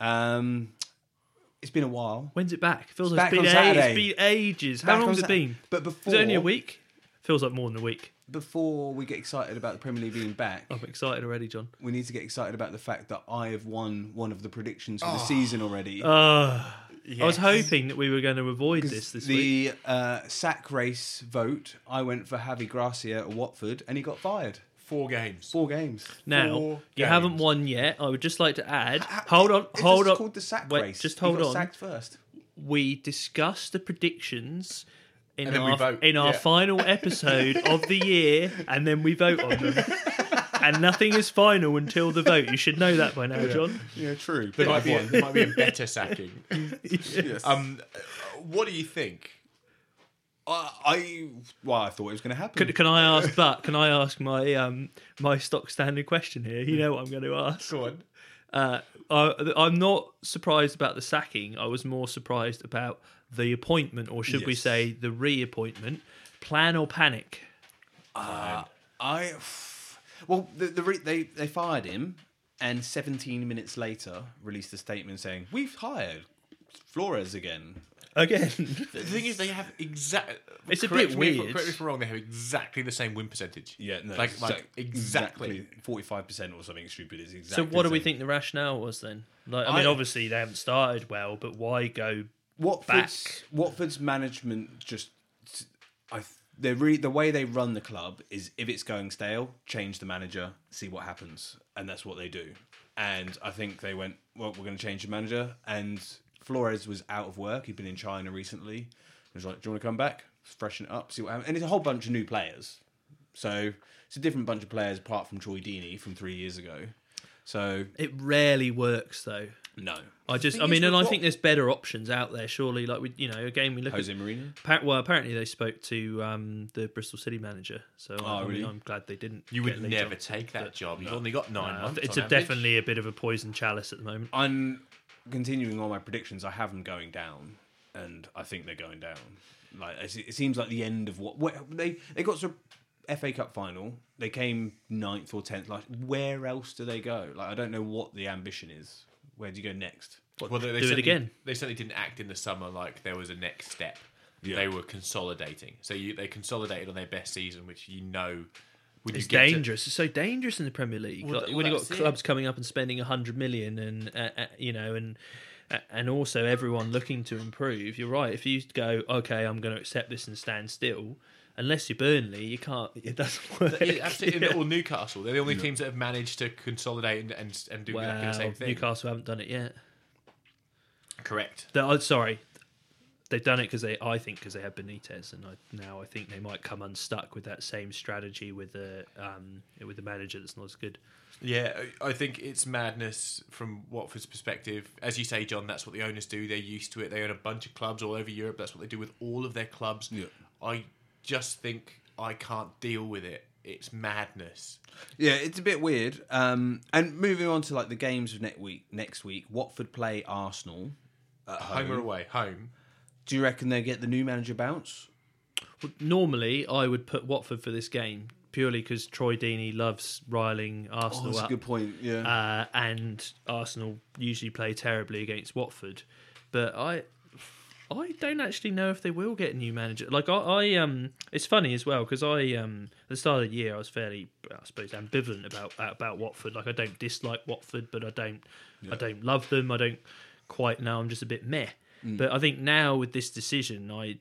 Speaker 1: Um, it's been a while.
Speaker 3: when's it back? Feels
Speaker 1: It's
Speaker 3: like it's
Speaker 1: back
Speaker 3: been,
Speaker 1: on
Speaker 3: a-
Speaker 1: Saturday.
Speaker 3: it's been ages. How
Speaker 1: Back on
Speaker 3: long's it
Speaker 1: Sat-
Speaker 3: been?
Speaker 1: But
Speaker 3: Is
Speaker 1: before
Speaker 3: it only a week? Feels like more than a week.
Speaker 1: Before we get excited about the Premier League being back,
Speaker 3: I'm excited already, John.
Speaker 1: we need to get excited about the fact that I have won one of the predictions for the season already.
Speaker 3: I was hoping that we were going to avoid this this
Speaker 1: the
Speaker 3: week.
Speaker 1: uh, sack race vote, I went for Javi Gracia at Watford, and he got fired.
Speaker 2: Four games.
Speaker 1: Four games.
Speaker 3: Now
Speaker 2: four
Speaker 3: you haven't
Speaker 2: games.
Speaker 3: won yet. I would just like to add. hold on, hold
Speaker 1: it's
Speaker 3: on.
Speaker 1: called the sack
Speaker 3: Wait,
Speaker 1: race.
Speaker 3: Just
Speaker 1: He
Speaker 3: hold
Speaker 1: got
Speaker 3: on.
Speaker 1: Sacked first.
Speaker 3: we discussed the predictions in
Speaker 2: And then we
Speaker 3: our
Speaker 2: vote.
Speaker 3: in our
Speaker 2: Yeah.
Speaker 3: final episode of the year, and then we vote on them. And nothing is final until the vote. You should know that by now, John.
Speaker 1: Yeah, true.
Speaker 2: There might, be a, there might be a better sacking. Um, what do you think?
Speaker 1: I, I well, I thought it was going to happen.
Speaker 3: Can, can I ask? But can I ask my um my stock standard question here? You know what I'm going to ask.
Speaker 2: Go on.
Speaker 3: Uh, I, I'm not surprised about the sacking. I was more surprised about the appointment, or should we
Speaker 1: Yes.
Speaker 3: say the reappointment? Plan or panic?
Speaker 1: Uh, I well, the, the re- they they fired him, and 17 minutes later released a statement saying we've hired Flores again.
Speaker 3: Again,
Speaker 2: The thing is, they have exact.
Speaker 3: It's a
Speaker 2: correct
Speaker 3: bit
Speaker 2: me if-
Speaker 3: weird.
Speaker 2: correct me if I'm wrong. They have exactly the same win percentage. like, like exactly.
Speaker 1: forty-five percent or something stupid is
Speaker 3: so
Speaker 1: exactly.
Speaker 3: what do
Speaker 1: the
Speaker 3: we
Speaker 1: same.
Speaker 3: think the rationale was then? Like, I mean,
Speaker 1: I-
Speaker 3: obviously they haven't started well, but why go?
Speaker 1: Watford's
Speaker 3: back.
Speaker 1: Watford's management just I they really the way they run the club is if it's going stale, change the manager, see what happens, and that's what they do. And I think they went, well, we're going to change the manager. And Flores was out of work; he'd been in China recently. He was like, "Do you want to come back, freshen it up, see what happens?" And it's a whole bunch of new players, so it's a different bunch of players apart from Troy Deeney from three years ago. So
Speaker 3: It rarely works though.
Speaker 1: no,
Speaker 3: I just, I
Speaker 2: thing is
Speaker 3: mean, and
Speaker 2: with
Speaker 3: I
Speaker 2: what-
Speaker 3: think there's better options out there. Surely, like we, you know, again, we look
Speaker 1: Jose
Speaker 3: at.
Speaker 1: Mourinho.
Speaker 3: appa- Well, apparently they spoke to um, the Bristol City manager, so I, I
Speaker 1: really?
Speaker 3: mean, I'm glad they didn't.
Speaker 2: Oh, You
Speaker 3: get
Speaker 2: would
Speaker 3: Lee
Speaker 2: never
Speaker 3: Johnson.
Speaker 2: take that job. You've only got nine
Speaker 3: Uh,
Speaker 2: months.
Speaker 3: it's
Speaker 2: on
Speaker 3: a,
Speaker 2: average.
Speaker 3: definitely a bit of a poison chalice at the moment.
Speaker 1: I'm continuing on my predictions. I have them going down, and I think they're going down. Like it it seems like the end of what, what they they got to FA Cup final. They came ninth or tenth. Like where else do they go? Like I don't know what the ambition is. Where do you go next?
Speaker 2: Well, they, they
Speaker 3: Do it
Speaker 2: certainly-
Speaker 3: again.
Speaker 2: They certainly didn't act in the summer like there was a next step. They were consolidating. So you, they consolidated on their best season, which you know. Would
Speaker 3: It's
Speaker 2: you get to-
Speaker 3: dangerous. It's so dangerous in the Premier League.
Speaker 2: Well,
Speaker 3: like,
Speaker 2: th-
Speaker 3: when
Speaker 2: well,
Speaker 3: you've got
Speaker 2: that's it.
Speaker 3: clubs coming up and spending hundred million, and uh, uh, you know, and uh, and also everyone looking to improve. You're right. If you go, okay, I'm going to accept this and stand still. Unless you're Burnley, you can't. It doesn't work.
Speaker 2: Yeah, absolutely. Or Newcastle. They're the only teams that have managed to consolidate and and, and do exactly the
Speaker 3: Well,
Speaker 2: same thing.
Speaker 3: Newcastle haven't done it yet.
Speaker 2: Correct.
Speaker 3: They- oh, sorry, they've done it because they. I think because they had Benitez, and I, now I think they might come unstuck with that same strategy with the um, with the manager that's not as good.
Speaker 2: Yeah, I I think it's madness from Watford's perspective. As you say, John, that's what the owners do. They're used to it. They own a bunch of clubs all over Europe. That's what they do with all of their clubs.
Speaker 1: Yeah.
Speaker 2: I just think I can't deal with it. It's madness.
Speaker 1: Yeah, it's a bit weird. Um, and moving on to like the games of next week. Next week, Watford play Arsenal.
Speaker 2: Home or away? Home.
Speaker 1: Do you reckon they get the new manager bounce?
Speaker 3: Normally, I would put Watford for this game purely because Troy Deeney loves riling
Speaker 1: Oh,
Speaker 3: Arsenal
Speaker 1: that's a
Speaker 3: up,
Speaker 1: good point. Yeah,
Speaker 3: uh, and Arsenal usually play terribly against Watford. But I, I don't actually know if they will get a new manager. Like I, I um, it's funny as well because I um, at the start of the year I was fairly, I suppose, ambivalent about about Watford. Like I don't dislike Watford, but I don't, I don't love them. I don't quite know. I'm just a bit meh.
Speaker 1: Mm.
Speaker 3: But I think now with this decision, I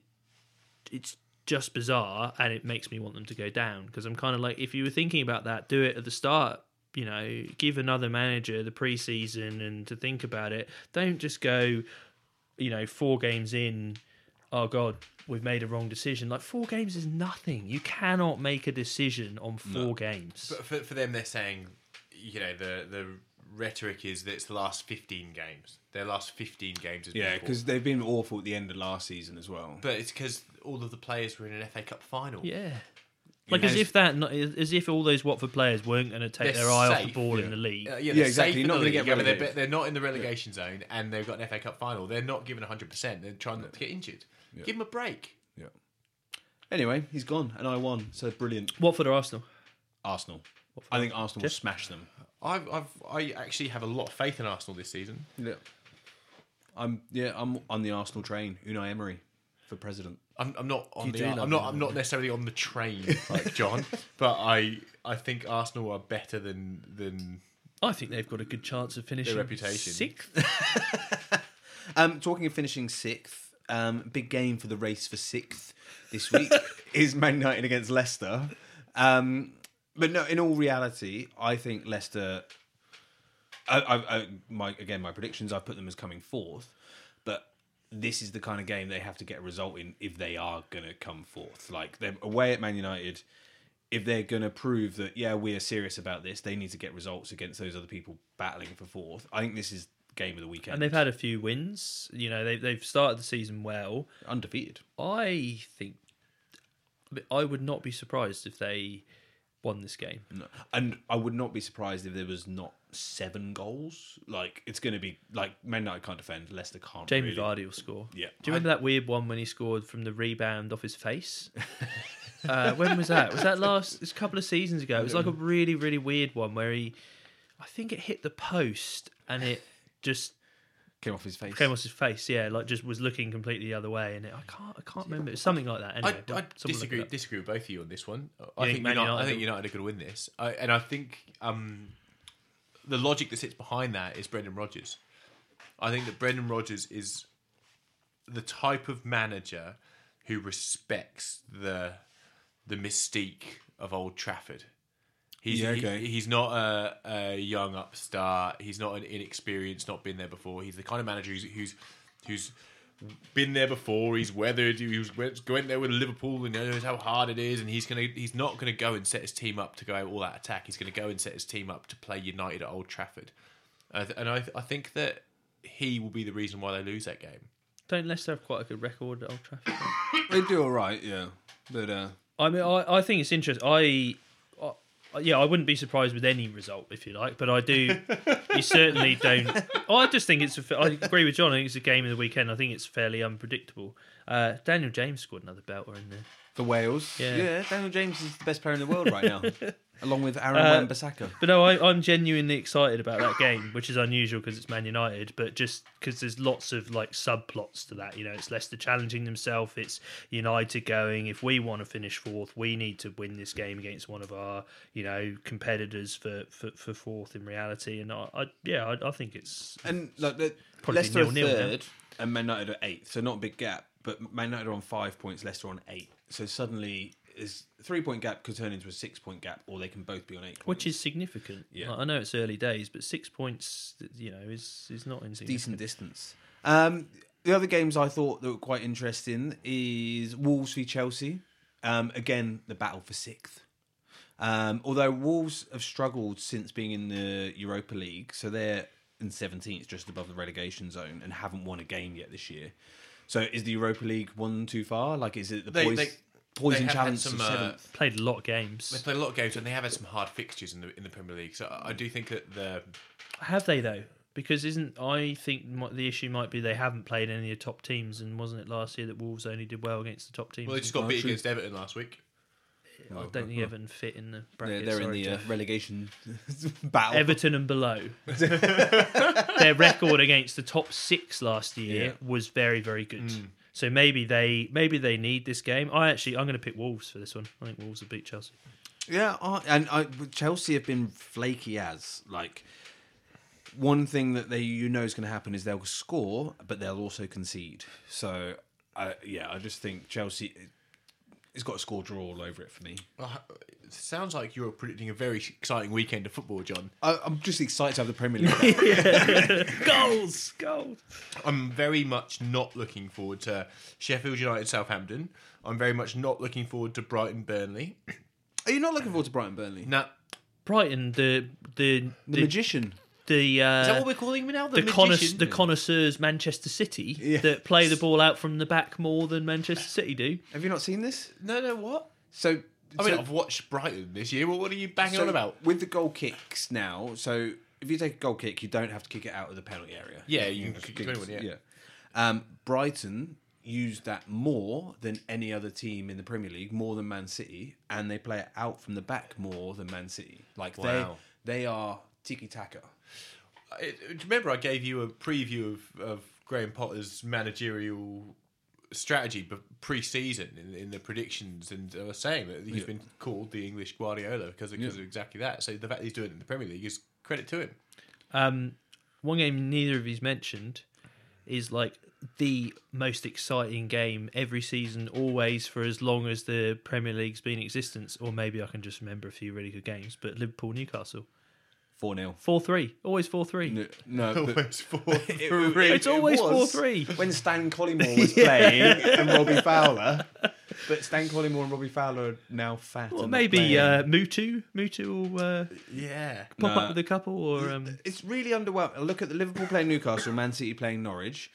Speaker 3: it's just bizarre and it makes me want them to go down because I'm kind of like if you were thinking about that do it at the start you know give another manager the preseason and to think about it don't just go you know four games in oh god we've made a wrong decision like four games is nothing you cannot make a decision on four games
Speaker 2: But for, for them, they're saying, you know, the the rhetoric is that it's the last fifteen games. Their last fifteen games. Is
Speaker 1: yeah,
Speaker 2: awful.
Speaker 1: because they've been awful at the end of last season as well.
Speaker 2: but it's because all of the players were in an FA Cup final.
Speaker 3: yeah like
Speaker 2: know,
Speaker 3: as
Speaker 2: it's-
Speaker 3: if that not, as if all those Watford players weren't going to take
Speaker 2: They're
Speaker 3: their eye off the
Speaker 2: safe,
Speaker 3: ball
Speaker 1: yeah.
Speaker 3: in the league
Speaker 2: Uh, yeah,
Speaker 1: Yeah,
Speaker 2: they're
Speaker 1: exactly.
Speaker 2: safe
Speaker 1: You're
Speaker 2: in
Speaker 1: not
Speaker 2: the
Speaker 1: gonna get
Speaker 2: league, yeah, but they're,
Speaker 1: relegated.
Speaker 2: they're not in the relegation zone, and they've got an FA Cup final. They're not given hundred percent. They're trying not to get injured. Give them a break.
Speaker 1: Yeah. Anyway, he's gone, and I won. So brilliant.
Speaker 3: Watford or Arsenal
Speaker 1: Arsenal. I think Arsenal will smash them.
Speaker 2: I've, I've I actually have a lot of faith in Arsenal this season.
Speaker 1: Yeah. I'm yeah, I'm on the Arsenal train. Unai Emery for president.
Speaker 2: I'm, I'm not on
Speaker 3: do
Speaker 2: the
Speaker 3: love
Speaker 2: I'm not I'm not necessarily on the train like John, but I I think Arsenal are better than than
Speaker 3: I think they've got a good chance of finishing
Speaker 2: reputation.
Speaker 3: sixth
Speaker 1: Um, talking of finishing sixth, um, big game for the race for sixth this week is Man United against Leicester. Um, but no, in all reality, I think Leicester. I, I, I, my again, my predictions. I put them as coming fourth, but
Speaker 4: this is the kind of game they have to get a result in if they are going to come forth. Like they're away at Man United, if they're going to prove that yeah we are serious about this, they need to get results against those other people battling for fourth. I think this is game of the weekend.
Speaker 3: And they've had a few wins. You know, they, they've started the season well.
Speaker 4: undefeated.
Speaker 3: I think I mean, I would not be surprised if they won this game.
Speaker 4: No. And I would not be surprised if there was not seven goals. Like it's going to be like Man United can't defend, Leicester can't.
Speaker 3: Jamie
Speaker 4: really.
Speaker 3: Vardy will score.
Speaker 4: Yeah.
Speaker 3: Do you remember that weird one when he scored from the rebound off his face? uh, when was that? Was that last? It was a couple of seasons ago. It was like a really, really weird one where he, I think it hit the post and it just
Speaker 4: came off his face.
Speaker 3: came off his face. Yeah, like just was looking completely the other way, and it, I can't, I can't remember. It was something like that. Anyway,
Speaker 2: I,
Speaker 3: but
Speaker 2: I
Speaker 3: someone look it
Speaker 2: disagree
Speaker 3: up.
Speaker 2: disagree with both of you on this one. I
Speaker 3: think
Speaker 2: think
Speaker 3: Man
Speaker 2: United, I
Speaker 3: United
Speaker 2: think
Speaker 3: will-
Speaker 2: United are going to win this, I, and I think um, the logic that sits behind that is Brendan Rodgers. I think that Brendan Rodgers is the type of manager who respects the the mystique of Old Trafford. He's,
Speaker 1: Yeah,
Speaker 2: he-
Speaker 1: okay.
Speaker 2: he's not a, a young upstart. He's not an inexperienced, not been there before. He's the kind of manager who's who's, who's been there before. He's weathered. He was went went there with Liverpool and knows how hard it is. And he's gonna he's not gonna go and set his team up to go all that attack. He's gonna go and set his team up to play United at Old Trafford. And I, th- and I, th- I think that he will be the reason why they lose that game.
Speaker 3: Don't Leicester have quite a good record at Old Trafford?
Speaker 1: They do all right, yeah. But uh,
Speaker 3: I mean, I, I think it's interesting. I, I, yeah, I wouldn't be surprised with any result if you like, but I do. you certainly don't. I just think it's. a fa- I agree with John. I think it's a game of the weekend. I think it's fairly unpredictable. Uh, Daniel James scored another belter in there.
Speaker 1: for Wales,
Speaker 3: Yeah.
Speaker 1: Daniel James is the best player in the world right now, along with Aaron
Speaker 3: Uh,
Speaker 1: Wan-Bissaka.
Speaker 3: But no, I, I'm genuinely excited about that game, which is unusual because it's Man United, but just because there's lots of like subplots to that. You know, it's Leicester challenging themselves, it's United going, if we want to finish fourth, we need to win this game against one of our, you know, competitors for, for, for fourth in reality. And I, I yeah, I, I think it's.
Speaker 1: And like the,
Speaker 3: Probably
Speaker 1: Leicester are
Speaker 3: nil-nil now.
Speaker 1: third, and Man United are eighth, so not a big gap. But Man United are on five points, Leicester on eight. So suddenly, this three point gap could turn into a six point gap, or they can both be on eight.
Speaker 3: Which
Speaker 1: points.
Speaker 3: is significant.
Speaker 1: Yeah.
Speaker 3: I I know it's early days, but six points, you know, is is not insignificant.
Speaker 1: decent distance. Um, the other games I thought that were quite interesting is Wolves v Chelsea. Um, again, the battle for sixth. Um, although Wolves have struggled since being in the Europa League, so they're in seventeenth, just above the relegation zone, and haven't won a game yet this year. So is the Europa League one too far? Like, is it the
Speaker 2: They-
Speaker 1: poison,
Speaker 2: they-
Speaker 1: poison
Speaker 2: they have had
Speaker 1: challenge
Speaker 2: some,
Speaker 1: of
Speaker 2: uh,
Speaker 1: seventh?
Speaker 3: Played a lot of
Speaker 2: They
Speaker 3: games.
Speaker 2: play a lot of games and they have had some hard fixtures in the in the Premier League. So I I do think that the
Speaker 3: Have they though? Because isn't I think mi- the issue might be they haven't played any of the top teams, and wasn't it last year that Wolves only did well against the top teams?
Speaker 2: well they just got
Speaker 1: Oh,
Speaker 2: beat
Speaker 1: true.
Speaker 2: against Everton last week.
Speaker 3: I don't think Everton fit in the
Speaker 1: They're,
Speaker 3: bracket.
Speaker 1: they're in
Speaker 3: sorry,
Speaker 1: the uh,
Speaker 3: Jeff.
Speaker 1: relegation battle.
Speaker 3: Everton and below. Their record against the top six last year was very very good.
Speaker 2: Hmm.
Speaker 3: So maybe they maybe they need this game. I actually I'm going to pick Wolves for this one. I think Wolves will beat Chelsea.
Speaker 1: Yeah, I, and I, Chelsea have been flaky as like one thing that they you know is going to happen is they'll score, but they'll also concede. So, I yeah, I just think Chelsea it's got a score draw all over it for me.
Speaker 2: Well, it sounds like you're predicting a very exciting weekend of football, John.
Speaker 1: I, I'm just excited to have the Premier League. back.
Speaker 3: goals, goals.
Speaker 2: I'm very much not looking forward to Sheffield United Southampton. I'm very much not looking forward to Brighton Burnley.
Speaker 1: Are you not looking forward to Brighton Burnley?
Speaker 2: Now,
Speaker 3: Brighton, the the
Speaker 1: The
Speaker 3: the,
Speaker 1: magician.
Speaker 3: the uh,
Speaker 2: is that what we're calling them now? The,
Speaker 3: the, connoisseurs,
Speaker 2: magician?
Speaker 3: the connoisseurs Manchester City that play the ball out from the back more than Manchester City do.
Speaker 1: Have you not seen this?
Speaker 2: No, no, what?
Speaker 1: So,
Speaker 2: I mean,
Speaker 1: so-
Speaker 2: I've watched Brighton this year. Well, what are you banging
Speaker 1: so
Speaker 2: on about?
Speaker 1: with the goal kicks now. So, if you take a goal kick, you don't have to kick it out of the penalty area.
Speaker 2: Yeah, you can kick it to anyone, yeah.
Speaker 1: Um, Brighton used that more than any other team in the Premier League, more than Man City, and they play it out from the back more than Man City. Like
Speaker 2: Wow.
Speaker 1: they they are tiki taka.
Speaker 2: I- I- remember I gave you a preview of, of Graham Potter's managerial strategy be- pre-season in, in the predictions, and I was saying that he's been called the English Guardiola because of, because of exactly that. So the fact he's doing it in the Premier League is credit to him.
Speaker 3: Um, one game neither of you's mentioned is like the most exciting game every season, always for as long as the Premier League's been in existence. Or maybe I can just remember a few really good games. But Liverpool Newcastle,
Speaker 1: 4 0.
Speaker 3: 4 3. Always 4 3.
Speaker 1: No, but-
Speaker 2: Always four.
Speaker 3: It's always
Speaker 1: was
Speaker 3: 4-3.
Speaker 1: When Stan Collymore was playing and Robbie Fowler, but Stan Collymore and Robbie Fowler are now fat. and
Speaker 3: Or
Speaker 1: not
Speaker 3: maybe
Speaker 1: playing.
Speaker 3: uh, Mutu. Mutu will uh,
Speaker 2: yeah.
Speaker 3: pop
Speaker 1: No.
Speaker 3: up with a couple. Or um,
Speaker 1: it's really underwhelming. I Look at the Liverpool playing Newcastle, Man City playing Norwich.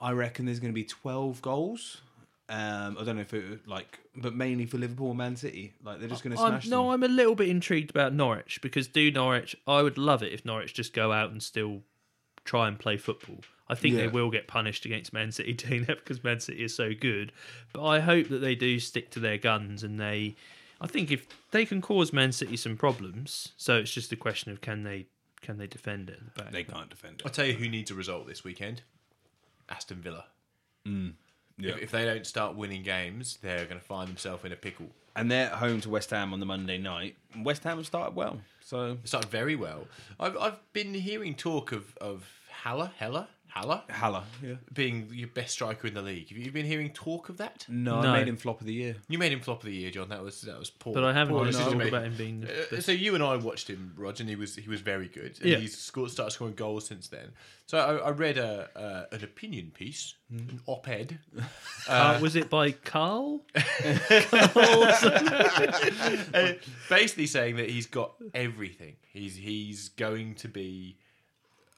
Speaker 1: I reckon there's going to be 12 goals. Um, I don't know if it like, but mainly for Liverpool and Man City. Like they're just going to
Speaker 3: I'm,
Speaker 1: smash
Speaker 3: no,
Speaker 1: them.
Speaker 3: I'm a little bit intrigued about Norwich because do Norwich. I would love it if Norwich just go out and still try and play football. I think they
Speaker 1: Yeah.
Speaker 3: will get punished against Man City doing that because Man City is so good. But I hope that they do stick to their guns and they. I think if they can cause Man City some problems, so it's just a question of can they can they defend it. at the back.
Speaker 1: They can't defend
Speaker 2: I'll
Speaker 1: it.
Speaker 2: tell you who needs a result this weekend Aston Villa.
Speaker 1: Mm. Yeah.
Speaker 2: If, if they don't start winning games, they're going to find themselves in a pickle.
Speaker 1: And they're at home to West Ham on the Monday night. West Ham have started well, so
Speaker 2: They started very well. I've, I've been hearing talk of, of Haller, Heller, Haller
Speaker 1: Haller. Yeah.
Speaker 2: being your best striker in the league. Have you been hearing talk of that?
Speaker 1: No,
Speaker 3: No.
Speaker 1: I made him flop of the year.
Speaker 2: You made him flop of the year, John. That was that was poor.
Speaker 3: But I haven't
Speaker 2: poor
Speaker 3: heard
Speaker 2: decision
Speaker 3: talk
Speaker 2: making.
Speaker 3: about him being. the
Speaker 2: Uh,
Speaker 3: best.
Speaker 2: so you and I watched him, Roger, and he was he was very good. And
Speaker 3: Yeah.
Speaker 2: he's scored, started scoring goals since then. So I, I read a uh, an opinion piece,
Speaker 3: Mm.
Speaker 2: an op-ed.
Speaker 3: Uh, was it by Carl?
Speaker 2: uh, basically saying that he's got everything. He's he's going to be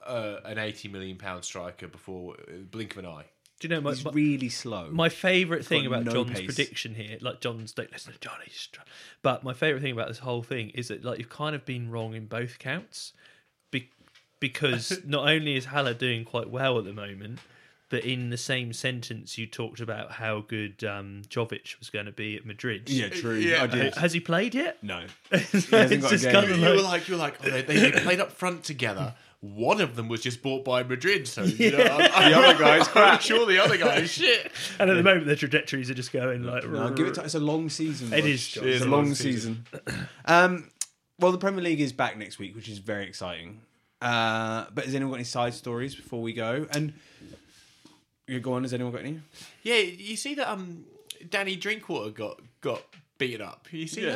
Speaker 2: uh, an eighty million pound striker before uh, blink of an eye.
Speaker 3: Do you know my,
Speaker 1: He's
Speaker 3: my,
Speaker 1: really slow.
Speaker 3: my favorite thing
Speaker 1: got
Speaker 3: about
Speaker 1: no
Speaker 3: John's
Speaker 1: pace.
Speaker 3: prediction here, like John's don't listen to Johnny, he's tr- but my favorite thing about this whole thing is that like you've kind of been wrong in both counts, be- because not only is Haller doing quite well at the moment, but in the same sentence you talked about how good um, Jovic was going to be at Madrid.
Speaker 1: yeah, true.
Speaker 2: Yeah.
Speaker 1: I did.
Speaker 3: Has he played yet?
Speaker 1: No.
Speaker 3: it's
Speaker 1: got a
Speaker 3: just
Speaker 1: game.
Speaker 3: kind
Speaker 2: You,
Speaker 3: of
Speaker 2: you were
Speaker 3: like,
Speaker 2: like you were like oh, they, they played up front together. One of them was just bought by Madrid, so you know, I'm, the other guy's crap. Sure, the other guy is shit.
Speaker 3: and at the moment their trajectories are just going like.
Speaker 1: No, give it. To, it's a long season.
Speaker 3: Uh, It
Speaker 1: Rog.
Speaker 3: is, John.
Speaker 1: It's a long season. um, well, the Premier League is back next week, which is very exciting. Uh, but has anyone got any side stories before we go? And you go on. Has anyone got any?
Speaker 2: Yeah, you see that um, Danny Drinkwater got got beaten up. You see
Speaker 1: Yeah.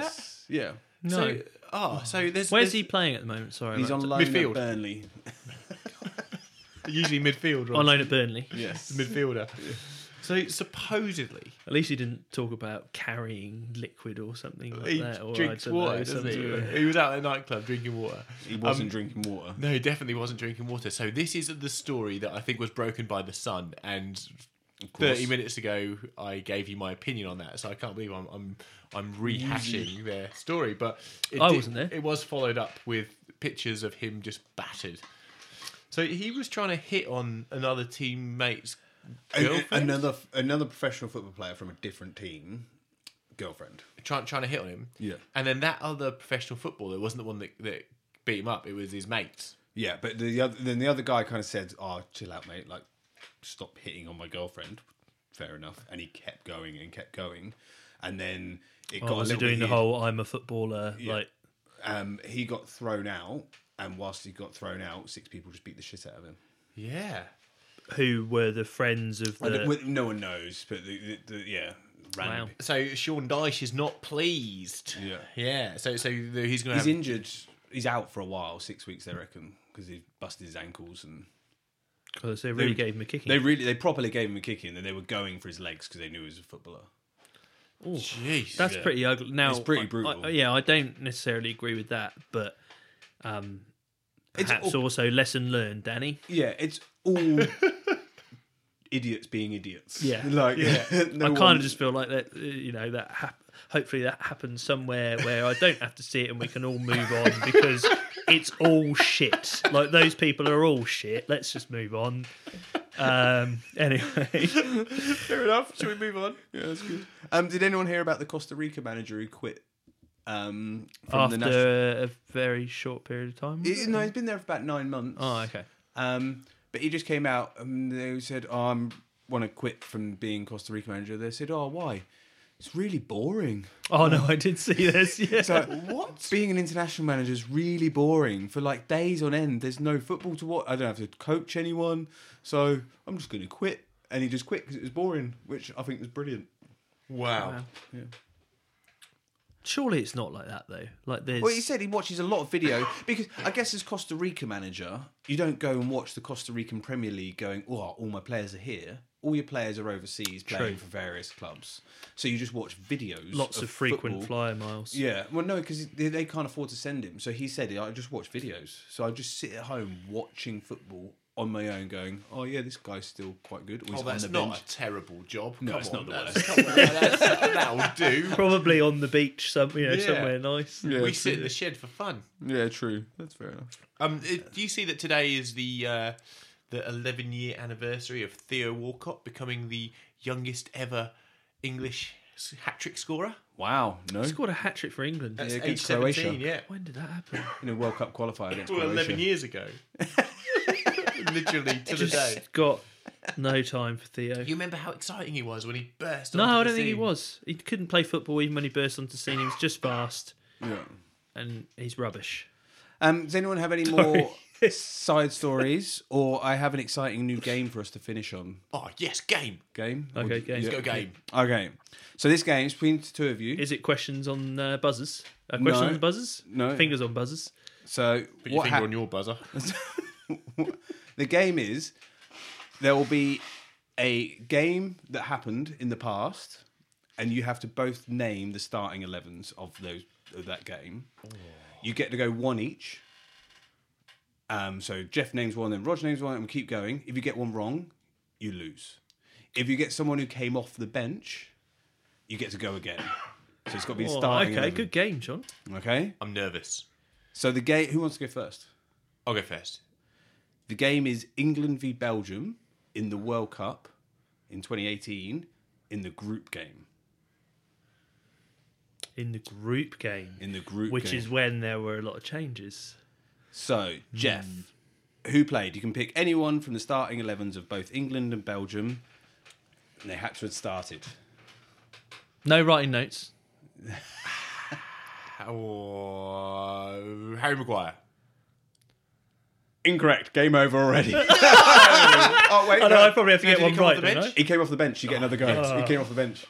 Speaker 2: that?
Speaker 3: no.
Speaker 2: So, oh, so there's
Speaker 3: Where's
Speaker 2: there's
Speaker 3: he playing at the moment? Sorry,
Speaker 1: He's
Speaker 3: like-
Speaker 1: on loan
Speaker 2: midfield.
Speaker 1: at Burnley.
Speaker 2: usually midfield.
Speaker 3: on loan at Burnley.
Speaker 1: Yes.
Speaker 2: midfielder. So supposedly
Speaker 3: At least he didn't talk about carrying liquid or something like
Speaker 2: he
Speaker 3: that. Or I
Speaker 2: drinks
Speaker 3: don't know,
Speaker 2: water,
Speaker 3: some
Speaker 2: doesn't he?
Speaker 3: sort of-
Speaker 2: He was out at a nightclub drinking water.
Speaker 1: he wasn't drinking water.
Speaker 2: No, he definitely wasn't drinking water. So this is the story that I think was broken by the Sun, and
Speaker 1: course.
Speaker 2: thirty minutes ago I gave you my opinion on that. So I can't believe I'm I'm, I'm rehashing their story, but it
Speaker 3: I wasn't there.
Speaker 2: It was followed up with pictures of him just battered. So he was trying to hit on another teammate's girlfriend,
Speaker 1: Another another professional football player from a different team, girlfriend.
Speaker 2: trying trying to hit on him.
Speaker 1: Yeah.
Speaker 2: and then that other professional footballer wasn't the one that, that beat him up. It was his mates.
Speaker 1: Yeah, but the other then the other guy kind of said, "Oh, chill out, mate. Like, stop hitting on my girlfriend." Fair enough, and he kept going and kept going, and then it
Speaker 3: Oh,
Speaker 1: got a
Speaker 3: was he
Speaker 1: little bit
Speaker 3: doing the
Speaker 1: heated.
Speaker 3: whole "I'm a footballer"? Like,
Speaker 1: Um, he got thrown out, and whilst he got thrown out, six people just beat the shit out of him.
Speaker 2: Yeah.
Speaker 3: who were the friends of
Speaker 1: I
Speaker 3: the?
Speaker 1: don't- well, no one knows, but the, the, the, yeah,
Speaker 3: wow.
Speaker 1: random.
Speaker 2: So Sean Dyche is not pleased.
Speaker 1: Yeah.
Speaker 2: Yeah. So so the- he's going to
Speaker 3: Um,
Speaker 1: He's
Speaker 2: have.
Speaker 1: injured. He's out for a while, six weeks, they reckon, because he busted his ankles and.
Speaker 3: Because they really Oh, gave him a kicking.
Speaker 1: They really, they properly gave him a kick in, and they were going for his legs because they knew he was a footballer.
Speaker 2: Jeez.
Speaker 3: That's
Speaker 1: yeah.
Speaker 3: pretty ugly. Now
Speaker 1: It's pretty
Speaker 3: I- I-
Speaker 1: brutal.
Speaker 3: yeah, I don't necessarily agree with that, but um,
Speaker 1: It's
Speaker 3: perhaps
Speaker 1: all-
Speaker 3: also lesson learned, Danny.
Speaker 1: Yeah, it's all idiots being idiots.
Speaker 3: Yeah.
Speaker 1: like
Speaker 3: I kind of just feel like that. uh, You know that. Hap- hopefully that happens somewhere where I don't have to see it and we can all move on because it's all shit. Like those people are all shit. Let's just move on. Um. Anyway.
Speaker 2: Fair enough. Shall we move on?
Speaker 1: Yeah, that's good. Um, did anyone hear about the Costa Rica manager who quit? Um, from
Speaker 3: after
Speaker 1: the national.
Speaker 3: a very short period of time. was
Speaker 1: He-
Speaker 3: it?
Speaker 1: no, he's been there for about nine months.
Speaker 3: Oh, okay.
Speaker 1: Um, but he just came out and they said, oh, "I'm want to quit from being Costa Rica manager." They said, "Oh, why?" It's really boring.
Speaker 3: Oh no, I did see this. Yeah.
Speaker 1: So what? Being an international manager is really boring for like days on end. There's no football to watch. I don't have to coach anyone, so I'm just going to quit. And he just quit because it was boring, which I think was brilliant.
Speaker 2: Wow.
Speaker 3: Wow. Surely it's not like that though. Like there's
Speaker 1: Well, he said he watches a lot of video because I guess as Costa Rica manager, you don't go and watch the Costa Rican Premier League going, oh, all my players are here. All your players are overseas playing
Speaker 3: True.
Speaker 1: for various clubs. So you just watch videos.
Speaker 3: lots of, frequent
Speaker 1: football.
Speaker 3: flyer miles.
Speaker 1: Yeah, well, no, because they, they can't afford to send him. So he said, I just watch videos. So I just sit at home watching football on my own, going, oh, yeah, this guy's still quite good. Or he's
Speaker 2: Oh,
Speaker 1: on
Speaker 2: that's
Speaker 1: the
Speaker 2: not
Speaker 1: bench.
Speaker 2: a terrible job. No,
Speaker 1: it's not the
Speaker 2: that'll do.
Speaker 3: Probably on the beach, some you know,
Speaker 2: Yeah.
Speaker 3: somewhere nice.
Speaker 2: we sit in the shed for fun.
Speaker 1: Yeah, true. That's fair enough.
Speaker 2: Um, it- do you see that today is the uh, the 11 year anniversary of Theo Walcott becoming the youngest ever English hat trick scorer?
Speaker 1: Wow, no.
Speaker 3: He scored a hat trick for England.
Speaker 2: That's
Speaker 1: Yeah,
Speaker 2: age
Speaker 1: against Croatia.
Speaker 2: 17, yeah.
Speaker 3: When did that happen?
Speaker 1: In a World Cup qualifier against
Speaker 2: Well, 11
Speaker 1: Croatia.
Speaker 2: years ago. Literally to the day.
Speaker 3: Just got no time for Theo.
Speaker 2: You remember how exciting he was when he burst
Speaker 3: No,
Speaker 2: onto
Speaker 3: I
Speaker 2: the
Speaker 3: don't think he
Speaker 2: scene?
Speaker 3: was. He couldn't play football even when he burst onto scene. He was just fast,
Speaker 1: Yeah.
Speaker 3: and he's rubbish.
Speaker 1: Um, does anyone have any more side stories, or I have an exciting new game for us to finish on?
Speaker 2: Oh, yes, game.
Speaker 1: Game. Or
Speaker 3: Okay,
Speaker 1: d-
Speaker 3: game.
Speaker 1: yeah.
Speaker 2: Go game.
Speaker 1: Okay. So this game is between the two of you.
Speaker 3: Is it questions on uh, buzzers? Uh, questions
Speaker 1: No.
Speaker 3: on buzzers?
Speaker 1: No.
Speaker 3: Fingers on buzzers.
Speaker 1: so what hap-
Speaker 2: your buzzer.
Speaker 1: the game is there will be a game that happened in the past, and you have to both name the starting 11s of those of that game. You get to go one each. Um, so Jeff names one, then Roger names one, and we keep going. If you get one wrong, you lose. If you get someone who came off the bench, you get to go again. So it's got to be
Speaker 3: Oh,
Speaker 1: starting.
Speaker 3: okay,
Speaker 1: 11.
Speaker 3: good game, John.
Speaker 1: Okay.
Speaker 2: I'm nervous.
Speaker 1: So the game. Who wants to go first?
Speaker 2: I'll go first.
Speaker 1: The game is England v Belgium in the World Cup in 2018 in the group game.
Speaker 3: In the group game,
Speaker 1: In the group
Speaker 3: which
Speaker 1: game.
Speaker 3: is when there were a lot of changes.
Speaker 1: so Jeff,
Speaker 3: Hmm.
Speaker 1: who played? You can pick anyone from the starting 11s of both England and Belgium, and they had to have started.
Speaker 3: No writing notes.
Speaker 2: Oh, Harry Maguire.
Speaker 1: Incorrect. Game over already. oh wait,
Speaker 3: I know,
Speaker 1: no.
Speaker 3: I probably have to
Speaker 2: No, did
Speaker 3: get
Speaker 2: he
Speaker 3: one
Speaker 2: come off
Speaker 3: right.
Speaker 2: the
Speaker 3: don't
Speaker 2: bench?
Speaker 1: he came off the bench. You get another go. he came off the bench.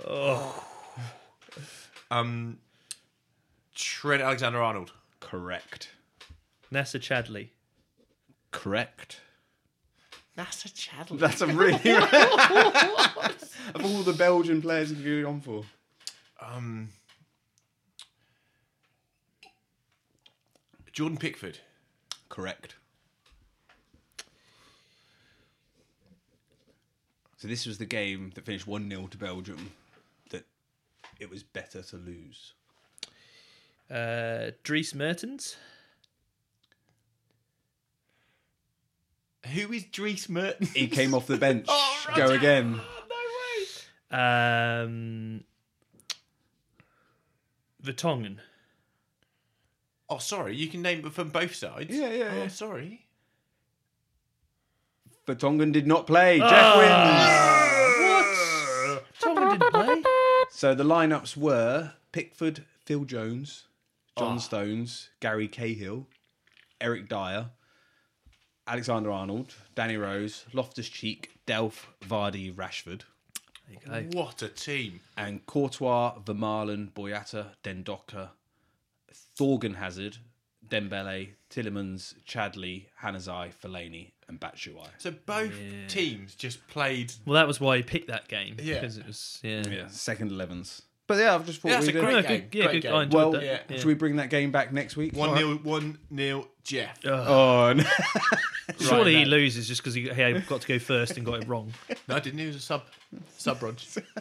Speaker 2: Um, Trent Alexander Arnold.
Speaker 1: Correct.
Speaker 3: I? Nasser Chadley.
Speaker 1: Correct.
Speaker 2: That's a Chadley.
Speaker 1: That's a really of all the Belgian players you could go on for.
Speaker 2: Um, Jordan Pickford.
Speaker 1: Correct. So this was the game that finished 1 0 to Belgium that it was better to lose.
Speaker 3: Uh, Dries Mertens.
Speaker 2: Who is Dries Mertens?
Speaker 1: He came off the bench. Go again.
Speaker 3: Um, Vertonghen.
Speaker 2: Oh, sorry. You can name it from both sides.
Speaker 1: Yeah, yeah,
Speaker 2: Oh,
Speaker 1: yeah.
Speaker 2: sorry.
Speaker 1: Vertonghen did not play. Jeff wins.
Speaker 3: Vertonghen didn't play.
Speaker 1: So the lineups were Pickford, Phil Jones, John Stones, Gary Cahill, Eric Dyer, Alexander Arnold, Danny Rose, Loftus Cheek, Delph, Vardy, Rashford.
Speaker 3: There you go.
Speaker 2: What a team.
Speaker 1: and Courtois, Vermaelen, Boyata, Dendoka, Thorgan Hazard, Dembele, Tillemans, Chadley, Hanazai, Fellaini, and Batshuayi.
Speaker 2: So both teams just played.
Speaker 3: Well, that was why he picked that game
Speaker 2: Yeah.
Speaker 3: because it was yeah.
Speaker 1: Yeah, second 11s. But yeah, I've just thought
Speaker 2: Yeah, that's
Speaker 1: we'd.
Speaker 2: a
Speaker 1: uh,
Speaker 2: great
Speaker 3: No,
Speaker 2: game.
Speaker 3: good- yeah,
Speaker 2: great
Speaker 3: good-
Speaker 2: game.
Speaker 3: I enjoyed
Speaker 1: well,
Speaker 3: that.
Speaker 2: yeah.
Speaker 1: should we bring that game back next week?
Speaker 2: One nil. One nil. Jeff.
Speaker 1: Oh, no.
Speaker 3: Surely he loses just because he, he got to go first and got it wrong.
Speaker 2: No, I didn't. He was a sub. Sub Rog.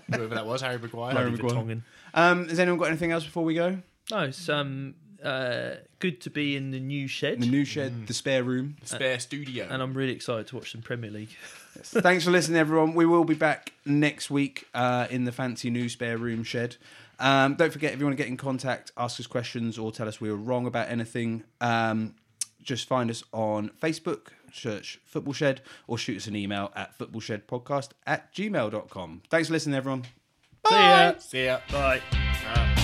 Speaker 2: Whoever that was, Harry Maguire.
Speaker 1: Harry Maguire.
Speaker 3: Vertonghen.
Speaker 1: um, has anyone got anything else before we go?
Speaker 3: No, it's um, uh, good to be in the new shed,
Speaker 1: The new shed, the spare room.
Speaker 2: Spare studio.
Speaker 3: and I'm really excited to watch some Premier League.
Speaker 1: Thanks for listening, everyone. We will be back next week uh, in the fancy new spare room shed. Um, don't forget, if you want to get in contact, ask us questions, or tell us we were wrong about anything, um, just find us on Facebook, search Football Shed, or shoot us an email at footballshedpodcast at gmail.com. Thanks for listening, everyone.
Speaker 3: See ya.
Speaker 2: See ya.
Speaker 3: Bye.
Speaker 2: Uh,